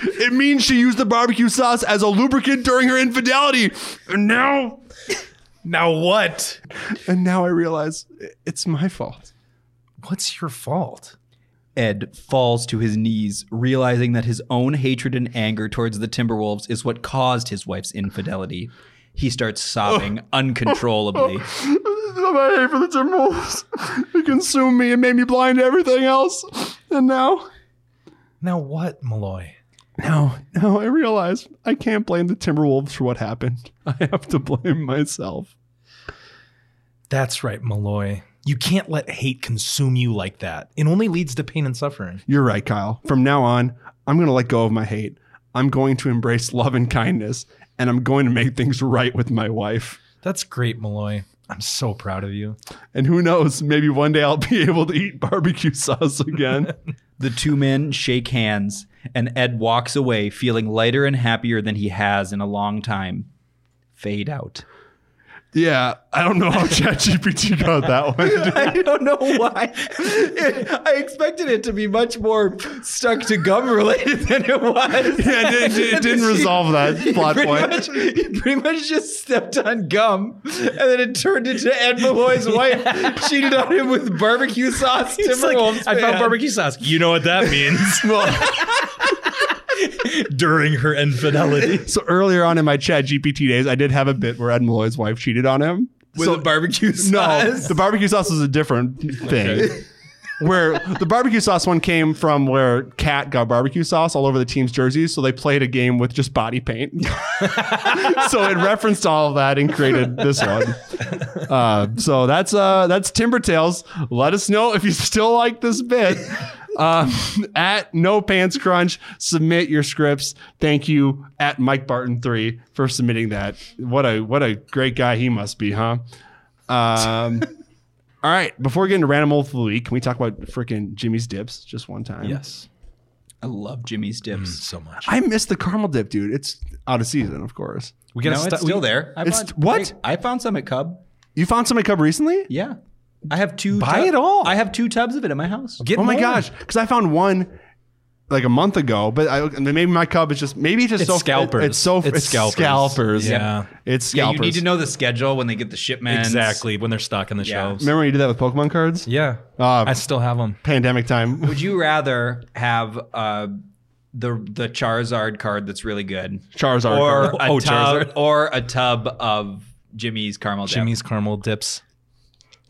B: It means she used the barbecue sauce as a lubricant during her infidelity. And now,
C: Now what?
B: and now I realize it's my fault.
C: What's your fault?
D: Ed falls to his knees, realizing that his own hatred and anger towards the Timberwolves is what caused his wife's infidelity. He starts sobbing uncontrollably.
B: I hate for the Timberwolves. It consumed me and made me blind to everything else. And now,
C: Now what, Malloy?
B: now, now I realize I can't blame the Timberwolves for what happened. I have to blame myself.
C: That's right, Malloy. You can't let hate consume you like that. It only leads to pain and suffering.
B: You're right, Kyle. From now on, I'm going to let go of my hate. I'm going to embrace love and kindness, and I'm going to make things right with my wife.
C: That's great, Malloy. I'm so proud of you.
B: And who knows, maybe one day I'll be able to eat barbecue sauce again.
D: The two men shake hands, and Ed walks away feeling lighter and happier than he has in a long time. Fade out.
B: yeah, I don't know how ChatGPT got that one.
D: I don't know why. It- I expected it to be much more stuck to gum related than it was.
B: Yeah, it, did, it didn't resolve that plot
D: pretty
B: point.
D: Much, he pretty much just stepped on gum, and then it turned into Ed Malloy's wife cheated on him with barbecue sauce. Timberwolves
C: I found
D: fan."
C: barbecue sauce. You know what that means. During her infidelity.
B: So earlier on in my chat GPT days, I did have a bit where Ed Malloy's wife cheated on him.
D: with
B: So-
D: a barbecue
B: no,
D: sauce.
B: the barbecue sauce was a different thing. Where the barbecue sauce one came from where Cat got barbecue sauce all over the team's jerseys, so they played a game with just body paint. so it referenced all of that and created this one. Uh, so that's uh that's Timber Tales. Let us know if you still like this bit. Um, at No Pants Crunch, submit your scripts. Thank you at Mike Barton three for submitting that. What a what a great guy he must be, huh? Um, all right. Before we get into random old of the week, can we talk about freaking Jimmy's dips just one time?
C: Yes.
D: I love Jimmy's
B: Mm.
D: dips.
C: So much.
B: I miss the caramel dip, dude. It's out of season, of course.
C: We gotta
D: no,
C: st-
D: it's still
C: we-
D: there. I
B: It's- what?
D: I found some at Cub.
B: You found some at Cub recently?
D: Yeah, I have two.
C: Buy
D: tub-
C: it all.
D: I have two tubs of it in my house.
C: Get
B: Oh my
C: more.
B: gosh! Because I found one like a month ago, but I, maybe my Cub is just maybe it's just
C: It's
B: so
C: scalpers.
B: it's so
C: It's
B: it's,
C: scalpers.
B: scalpers.
C: Yeah.
B: it's
D: Yeah,
B: scalpers.
D: you need to know the schedule when they get the shipments.
C: Exactly. When they're stocking the
D: Yeah.
C: shelves.
B: Remember when you did that with Pokemon cards?
C: Yeah.
B: Uh,
C: I still have them.
B: pandemic time.
D: Would you rather have uh, the the Charizard card that's really good,
B: Charizard.
D: or
B: card.
D: a
C: Oh,
D: tub,
C: Charizard.
D: or a tub of Jimmy's caramel dip?
C: Jimmy's caramel dips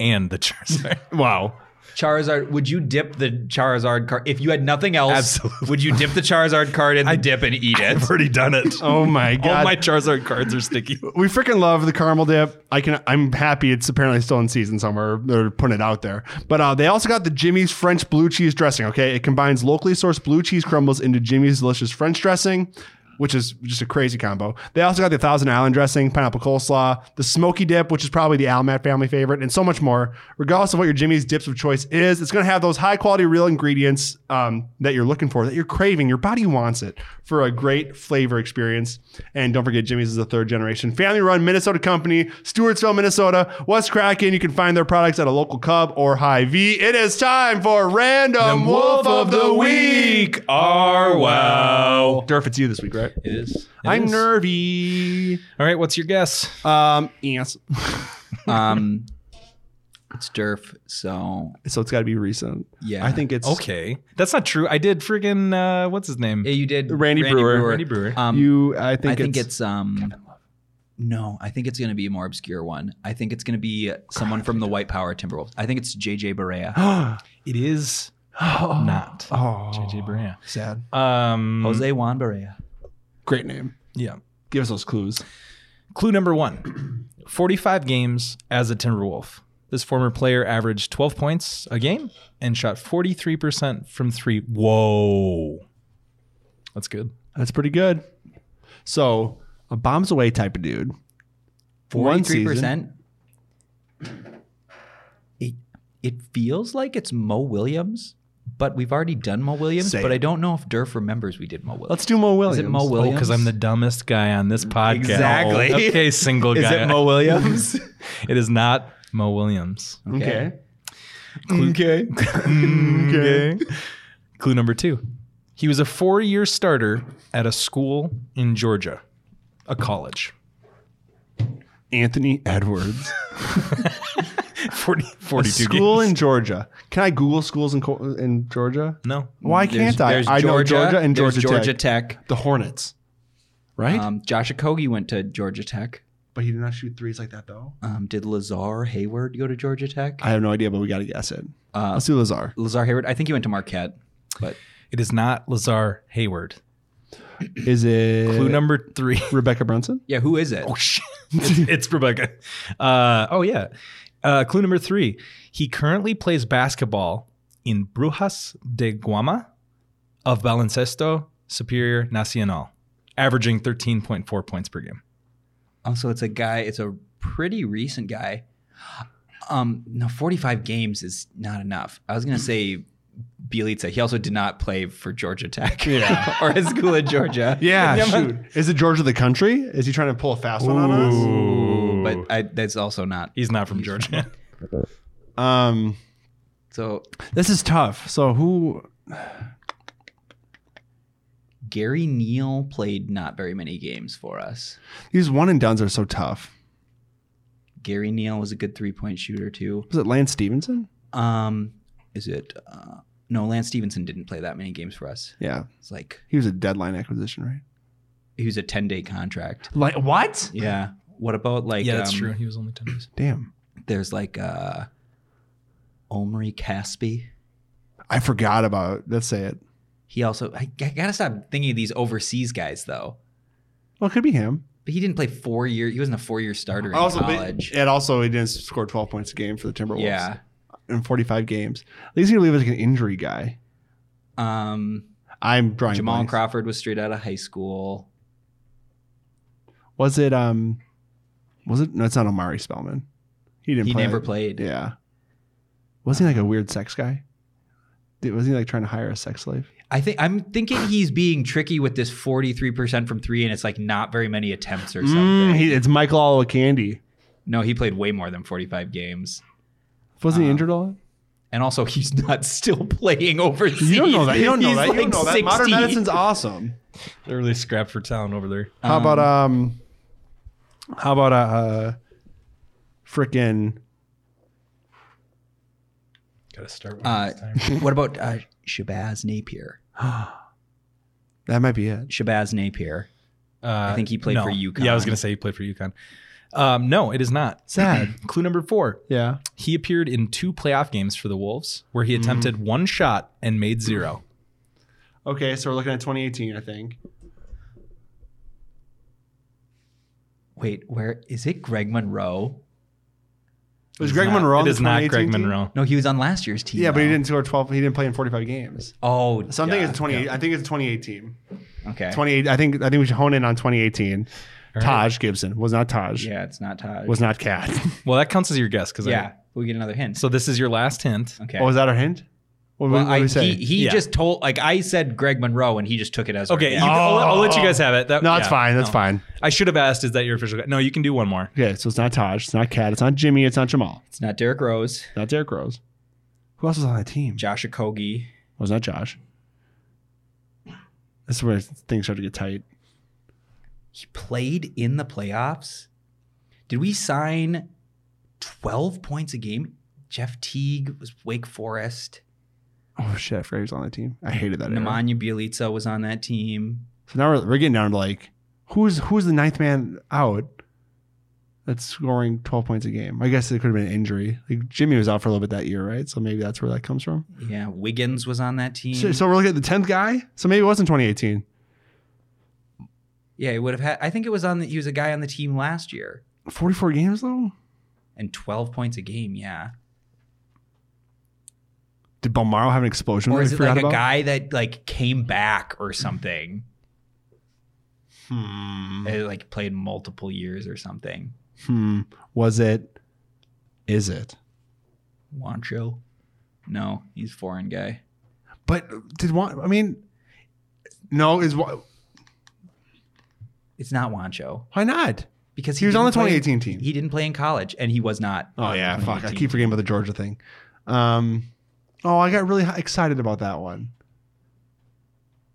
C: and the Charizard.
B: Wow.
D: Charizard. Would you dip the Charizard card if you had nothing else?
C: Absolutely.
D: Would you dip the Charizard card in the dip and eat it?
C: I've already done it.
B: Oh my god.
C: All my Charizard cards are sticky.
B: we freaking love the caramel dip. I can. I'm happy it's apparently still in season somewhere. They're putting it out there. But uh, they also got the Jimmy's French blue cheese dressing. Okay, it combines locally sourced blue cheese crumbles into Jimmy's delicious French dressing, which is just a crazy combo. They also got the Thousand Island dressing, pineapple coleslaw, the smoky dip, which is probably the Almat family favorite, and so much more. Regardless of what your Jimmy's dips of choice is, it's going to have those high quality real ingredients um, that you're looking for, that you're craving. Your body wants it for a great flavor experience. And don't forget, Jimmy's is a third generation family run Minnesota company, Stewartsville, Minnesota. What's cracking? You can find their products at a local Cub or High V. It is time for Random Wolf of the Week. Oh,
C: are wow.
B: Durf, it's you this week, right?
D: It is.
B: I'm
C: is.
B: nervy.
C: All right, what's your guess?
B: Um, yes.
D: Um, it's Durf. So
B: So it's got to be recent.
D: Yeah.
B: I think it's
C: Okay, that's not true. I did friggin' uh, what's his name?
D: yeah, you did
B: Randy Brewer.
C: Randy Brewer.
D: Um,
B: You, I think,
D: I think
B: it's,
D: it's, um. No, I think it's going to be a more obscure one. I think it's going to be someone from the White Power Timberwolves. I think it's JJ Barea.
C: it is not
B: oh,
C: JJ Barea.
B: sad.
C: Um,
D: Jose Juan Barea.
B: Great name.
C: Yeah.
B: Give us those clues.
C: Clue number one: 45 games as a Timberwolf. This former player averaged 12 points a game and shot 43% from three. Whoa, that's good.
B: That's pretty good. So a bombs away type of dude. One
D: Forty-three
B: season.
D: percent. It it feels like it's Mo Williams, but we've already done Mo Williams.
B: Say
D: but
B: it.
D: I don't know if Durf remembers we did Mo Williams.
B: Let's do Mo Williams.
D: Is it Mo
C: Oh,
D: Williams? Mm,
C: because I'm the dumbest guy on this podcast.
D: Exactly.
C: Okay, single guy.
D: Williams?
C: it is not Mo Williams.
B: Okay.
D: Okay.
B: Okay.
D: Mm,
C: Okay. Clue number two. He was a four year starter at a school in Georgia, a college.
B: Anthony Edwards.
C: 40,
B: A
C: 42
B: school
C: games.
B: in Georgia. Can I Google schools in co- in Georgia?
C: no.
B: Why can't I? I know Georgia and
D: there's
B: Georgia,
D: Georgia
B: Tech.
D: Tech.
B: The Hornets, right?
D: Um, Josh Okogie went to Georgia Tech.
B: but he did not shoot threes like that though.
D: Um, did Lazar Hayward go to Georgia Tech? Uh,
B: I have no idea, but we got to guess it. Let's do Lazar.
D: Lazar Hayward. I think he went to Marquette, but
C: It is not Lazar Hayward.
B: Is it
C: Clue number three.
B: Rebecca Brunson?
D: yeah, who is it?
C: Oh shit! It's, it's Rebecca. Uh, oh yeah. Uh, clue number three. He currently plays basketball in Brujas de Guama of Baloncesto Superior Nacional, averaging thirteen point four points per game.
D: Also, Oh, it's a guy. It's a pretty recent guy. Um, no, 45 games is not enough. I was gonna say Bielitsa. He also did not play for Georgia Tech or his school in Georgia.
B: Yeah,
D: but-
B: shoot. Is it Georgia the country? Is he trying to pull a fast one on
D: but I, that's also not.
C: He's not from Georgia.
B: us? Um,
D: So
B: this is tough. So who?
D: Gary Neal played not very many games for us.
B: These one and duns are so tough.
D: Gary Neal was a good three point shooter too.
B: Was it Lance Stevenson?
D: Um, is it? Uh, no, Lance Stevenson didn't play that many games for us.
B: Yeah,
D: It's like
B: he was a deadline acquisition, right?
D: he was a ten day contract.
B: Like what?
D: Yeah. What about like?
C: yeah, that's
D: um,
C: true. He was only ten years.
B: Damn,
D: There's like uh, Omri Caspi.
B: I forgot about. Let's say it.
D: He also I, I gotta stop thinking of these overseas guys though.
B: Well, it could be him.
D: But he didn't play four year. He wasn't a four year starter in college.
B: and also he didn't score 12 points a game for the Timberwolves.
D: yeah.
B: in 45 games. At least he leave like an injury guy.
D: Um,
B: I'm drawing
D: Jamal
B: blanks.
D: Crawford was straight out of high school.
B: Was it um was it no it's not Omari Spellman. He didn't
D: He
B: play.
D: never played.
B: Yeah. Was he like a weird sex guy? Was he like trying to hire a sex slave?
D: I think I'm thinking he's being tricky with this 43% from three, and it's like not very many attempts
B: Mm.
D: or something.
B: he, it's Michael Oliver Candy.
D: no, he played way more than 45 games.
B: Wasn't he injured all?
D: And also, he's not still playing overseas.
B: You don't know that. You don't know
D: He's
B: that. you
D: like
B: don't know that. Modern
D: 60.
B: medicine's awesome.
C: They're really scrapped for talent over there.
B: How about um how about uh, uh frickin'
C: Gotta start with
D: Uh,
C: this time.
D: what about uh, Shabazz Napier?
B: that might be it.
D: Shabazz Napier.
C: Uh,
D: think he played
C: no.
D: for UConn.
C: Yeah, I was gonna say he played for UConn. Um, no, it is not.
B: Sad.
C: Clue number four.
B: Yeah.
C: He appeared in two playoff games for the Wolves, where
D: Mm-hmm.
C: he attempted one shot and made zero.
B: Okay, so we're looking at 2018, I think.
D: Wait, where is it? Greg Monroe?
B: Was Greg
C: Not-
B: Monroe? on
C: It
B: the
C: is not
B: 2018
C: Greg
B: team?
C: Monroe.
D: No, he was on last year's team.
B: Yeah, but he
D: though.
B: didn't score 12. He didn't play in 45 games.
D: Oh,
B: So I'm thinking it's
D: yeah.
B: 28. I think it's 2018.
D: Okay.
B: 28. I think I think we should hone in on 2018. Taj Gibson was not Taj.
D: Yeah, it's not Todd.
B: Was not Cat.
C: Well, that counts as your guess because
D: yeah, we get another hint.
C: so this is your last hint.
D: okay.
B: Oh, was that our hint? What did
D: Well,
B: we- what did
D: I,
B: we say?
D: he he
C: Yeah.
D: just told like I said Greg Monroe and he just took it as
C: Okay, you-
D: our
B: uh,
D: guess.
C: I'll, I'll let you guys have
D: oh,
C: it. That-
B: Oh. no, that's
C: yeah,
B: fine. That's
C: no.
B: fine.
C: I should have asked, is that your official? guess? No, you can do one more.
B: Okay, so it's not Taj. It's not Cat. It's not Jimmy. It's not Jamal.
D: It's not Derrick Rose,
B: It's not Derrick Rose. Who else was on that team?
D: Josh Okogie.
B: Was not Josh. This is where things start to get tight.
D: He played in the playoffs. Did we sign 12 points a game? Jeff Teague was Wake Forest.
B: Oh shit! I forgot he was on that team. I hated that. era.
D: Nemanja Bjelica was on that team.
B: So now we're, we're getting down to like who's who's the ninth man out that's scoring 12 points a game. I guess it could have been an injury. Like Jimmy was out for a little bit that year, right? So maybe that's where that comes from.
D: Yeah, Wiggins was on that team.
B: So, so we're looking at the 10th guy. So maybe it wasn't 2018.
D: yeah, he would have had I think it was on the, he was a guy on the team last year
B: 44 games though.
D: and 12 points a game, yeah.
B: Did Balmaro have an explosion?
D: Or
B: that
D: is
B: we
D: it
B: forgot
D: like a
B: about?
D: guy that like came back or something?
B: Hmm.
D: It, like played multiple years or something.
B: Hmm. Was it? Is it?
D: Wancho? No, he's foreign guy.
B: But did one? I mean, no. Is why?
D: It's not Wancho
B: Why not?
D: because
B: He was on
D: didn't
B: the
D: play-
B: 2018 team.
D: He didn't play in college, and he was not.
B: Oh
D: on
B: yeah,
D: the
B: fuck! I
D: 2018
B: keep forgetting about the Georgia thing. Um, oh, I got really hi- excited about that one.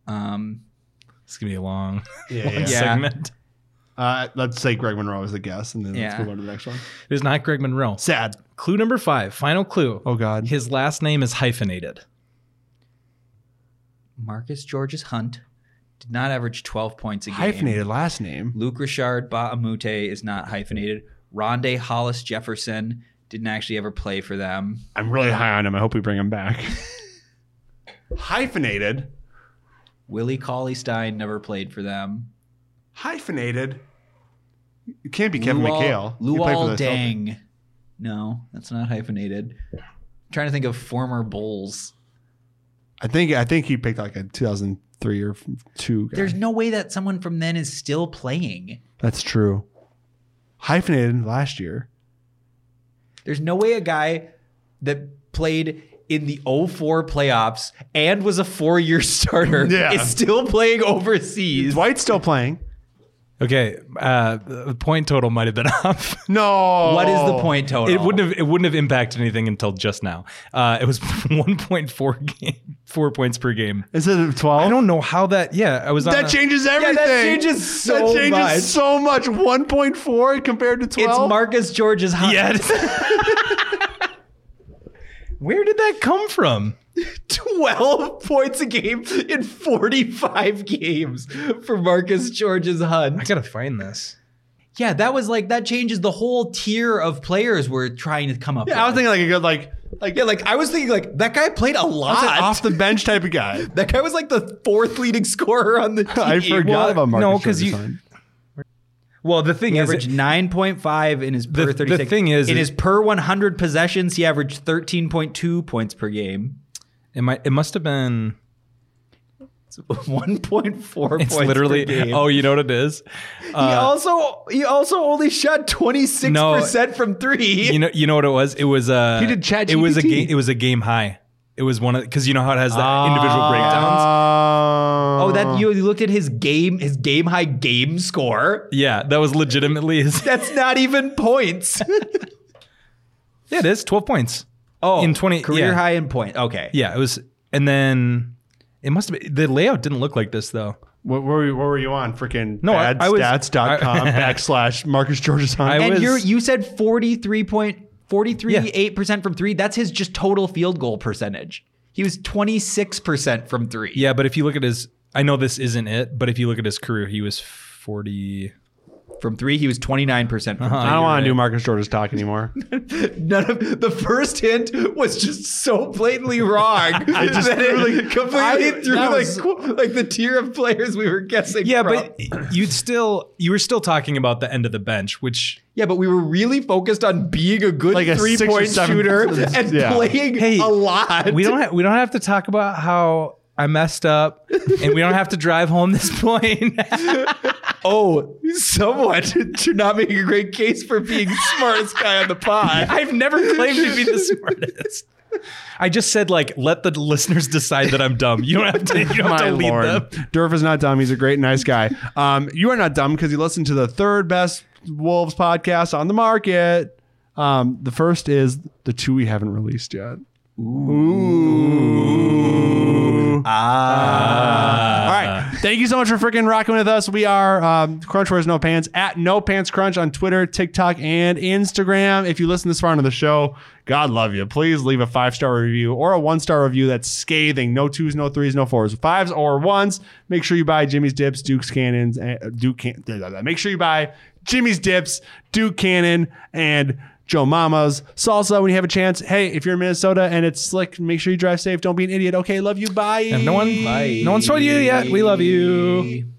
D: Um,
C: It's gonna be a long
B: Yeah,
D: yeah.
C: segment.
B: Uh, let's say Greg Monroe is the guest, and then let's
D: Yeah.
B: move on to the next one.
C: It is not Greg Monroe.
B: Sad.
C: Clue number five, final clue.
B: Oh God.
C: His last name is hyphenated.
D: Marcus George's Hunt did not average 12 points a game.
B: Hyphenated last name.
D: Luke Richard Baamute is not hyphenated. Rondé Hollis Jefferson didn't actually ever play for them.
B: I'm really high on him. I hope we bring him back. hyphenated.
D: Willie Cauley Stein never played for them.
B: Hyphenated. It can't be Kevin McHale. He played for
D: Luol
B: the Celtics.
D: Deng. No, that's not hyphenated. I'm trying to think of former Bulls.
B: I think I think he picked like a 2003 or f- two. Guy.
D: There's no way that someone from then is still playing.
B: That's true. Hyphenated last year.
D: There's no way a guy that played in the 04 playoffs and was a four-year starter
B: Yeah.
D: is still playing overseas.
B: Dwight's still playing.
C: Okay, uh, the point total might have been off.
B: No.
D: What is the point total?
C: It wouldn't have it wouldn't have impacted anything until just now. Uh, it was 1.4 game, four points per game.
B: Instead of 12.
C: I don't know how that. Yeah, I was on
B: That
C: a-
B: changes everything.
D: that changes so
B: That changes
D: much.
B: so much. 1.4 compared to 12.
D: It's Marcus George's hot.
C: Yeah. Where did that come from?
D: 12 points a game in 45 games for Marcus George's
C: I
D: Hunt.
C: gotta find this.
D: Yeah, that was like that changes the whole tier of players we're trying to come up
B: Yeah, I was
D: with.
B: thinking like a good like like
D: yeah, like I was thinking like that guy played a lot.
B: an off the bench type of guy.
D: that guy was like the fourth leading scorer on the team.
B: I forgot
C: Well,
B: about Marcus.
C: no, 'cause you-
B: Jorgensen.
C: Well, the thing
D: He
C: is,
D: averaged nine point five in his
C: The-
D: per
C: the
D: thirty.
C: thing is-
D: in his per one hundred possessions, he averaged thirteen point two points per game,
C: it might it must have been.
D: one point four.
C: It's
D: points
C: literally.
D: Per game.
C: Oh, you know what it is.
D: he
C: Uh,
D: also he also only shot twenty six percent from three.
C: you know, you know what it was. It was uh,
B: He did ChatGPT.
C: It was a game. It was a game high. It was one of because you know how it has the individual breakdowns.
D: oh, that
B: Um,
D: you looked at his game his game high game score.
C: Yeah, that was legitimately his.
D: That's not even points.
C: Yeah, it is twelve points.
D: oh,
C: In 20
D: career
C: yeah.
D: high in point. Okay,
C: Yeah, it was, and then it must have been the layout didn't look like this though.
B: What, where, were you, where were you on? Freaking no,
C: No, I- I was-
B: badstats.com
C: I-
B: backslash Marcus George's
C: I
B: Hunt.
D: and
C: was-
D: you you said forty three point forty three
C: Yeah.
D: eight percent from three. That's his just total field goal percentage. He was twenty six percent from three.
C: Yeah, but if you look at his, I know this isn't it, but if you look at his career, he was forty.
D: from three he was twenty nine percent from
B: I don't want to do Marcus George's talk anymore.
D: None of the first hint was just so blatantly wrong. I
B: just really-
D: completely
B: I-
D: threw
B: that
D: like,
B: was-
D: qu- like the tier of players we were guessing.
C: Yeah,
D: from.
C: but you'd still you were still talking about the end of the bench, which
D: yeah, but we were really focused on being a good
B: Like a
D: three
B: six or
D: point
B: seven-
D: shooter and
B: Yeah.
D: playing
C: Hey,
D: a lot.
C: we don't have, we don't have to talk about how I messed up, and we don't have to drive home this point.
D: Oh, someone you're not making a great case for being smartest guy on the pod.
C: I've never claimed to be the smartest. I just said like let the listeners decide that I'm dumb. You don't have to. You don't have
B: My
C: to lead
B: lord.
C: them.
B: Durf is not dumb. He's a great, nice guy. Um, you are not dumb because you listen to the third best Wolves podcast on the market. Um, the first is the two we haven't released yet. Ooh. All right. Uh, Thank you so much for freaking rocking with us. We are um, Crunch Wears No Pants at No Pants Crunch on Twitter, TikTok, and Instagram. If you listen this far into the show, God love you. Please leave a five star review or a one star review that's scathing. No twos, no threes, no fours, fives or ones. Make sure you buy Jimmy's Dips, Duke's Cannons, and uh, Duke. Can- blah, blah, blah. Make sure you buy Jimmy's Dips, Duke Cannon, and Joe Mama's salsa when you have a chance. Hey, if you're in Minnesota and it's slick, make sure you drive safe. Don't be an idiot. Okay, love you. Bye.
C: And no one, no one's told you yet. We love you.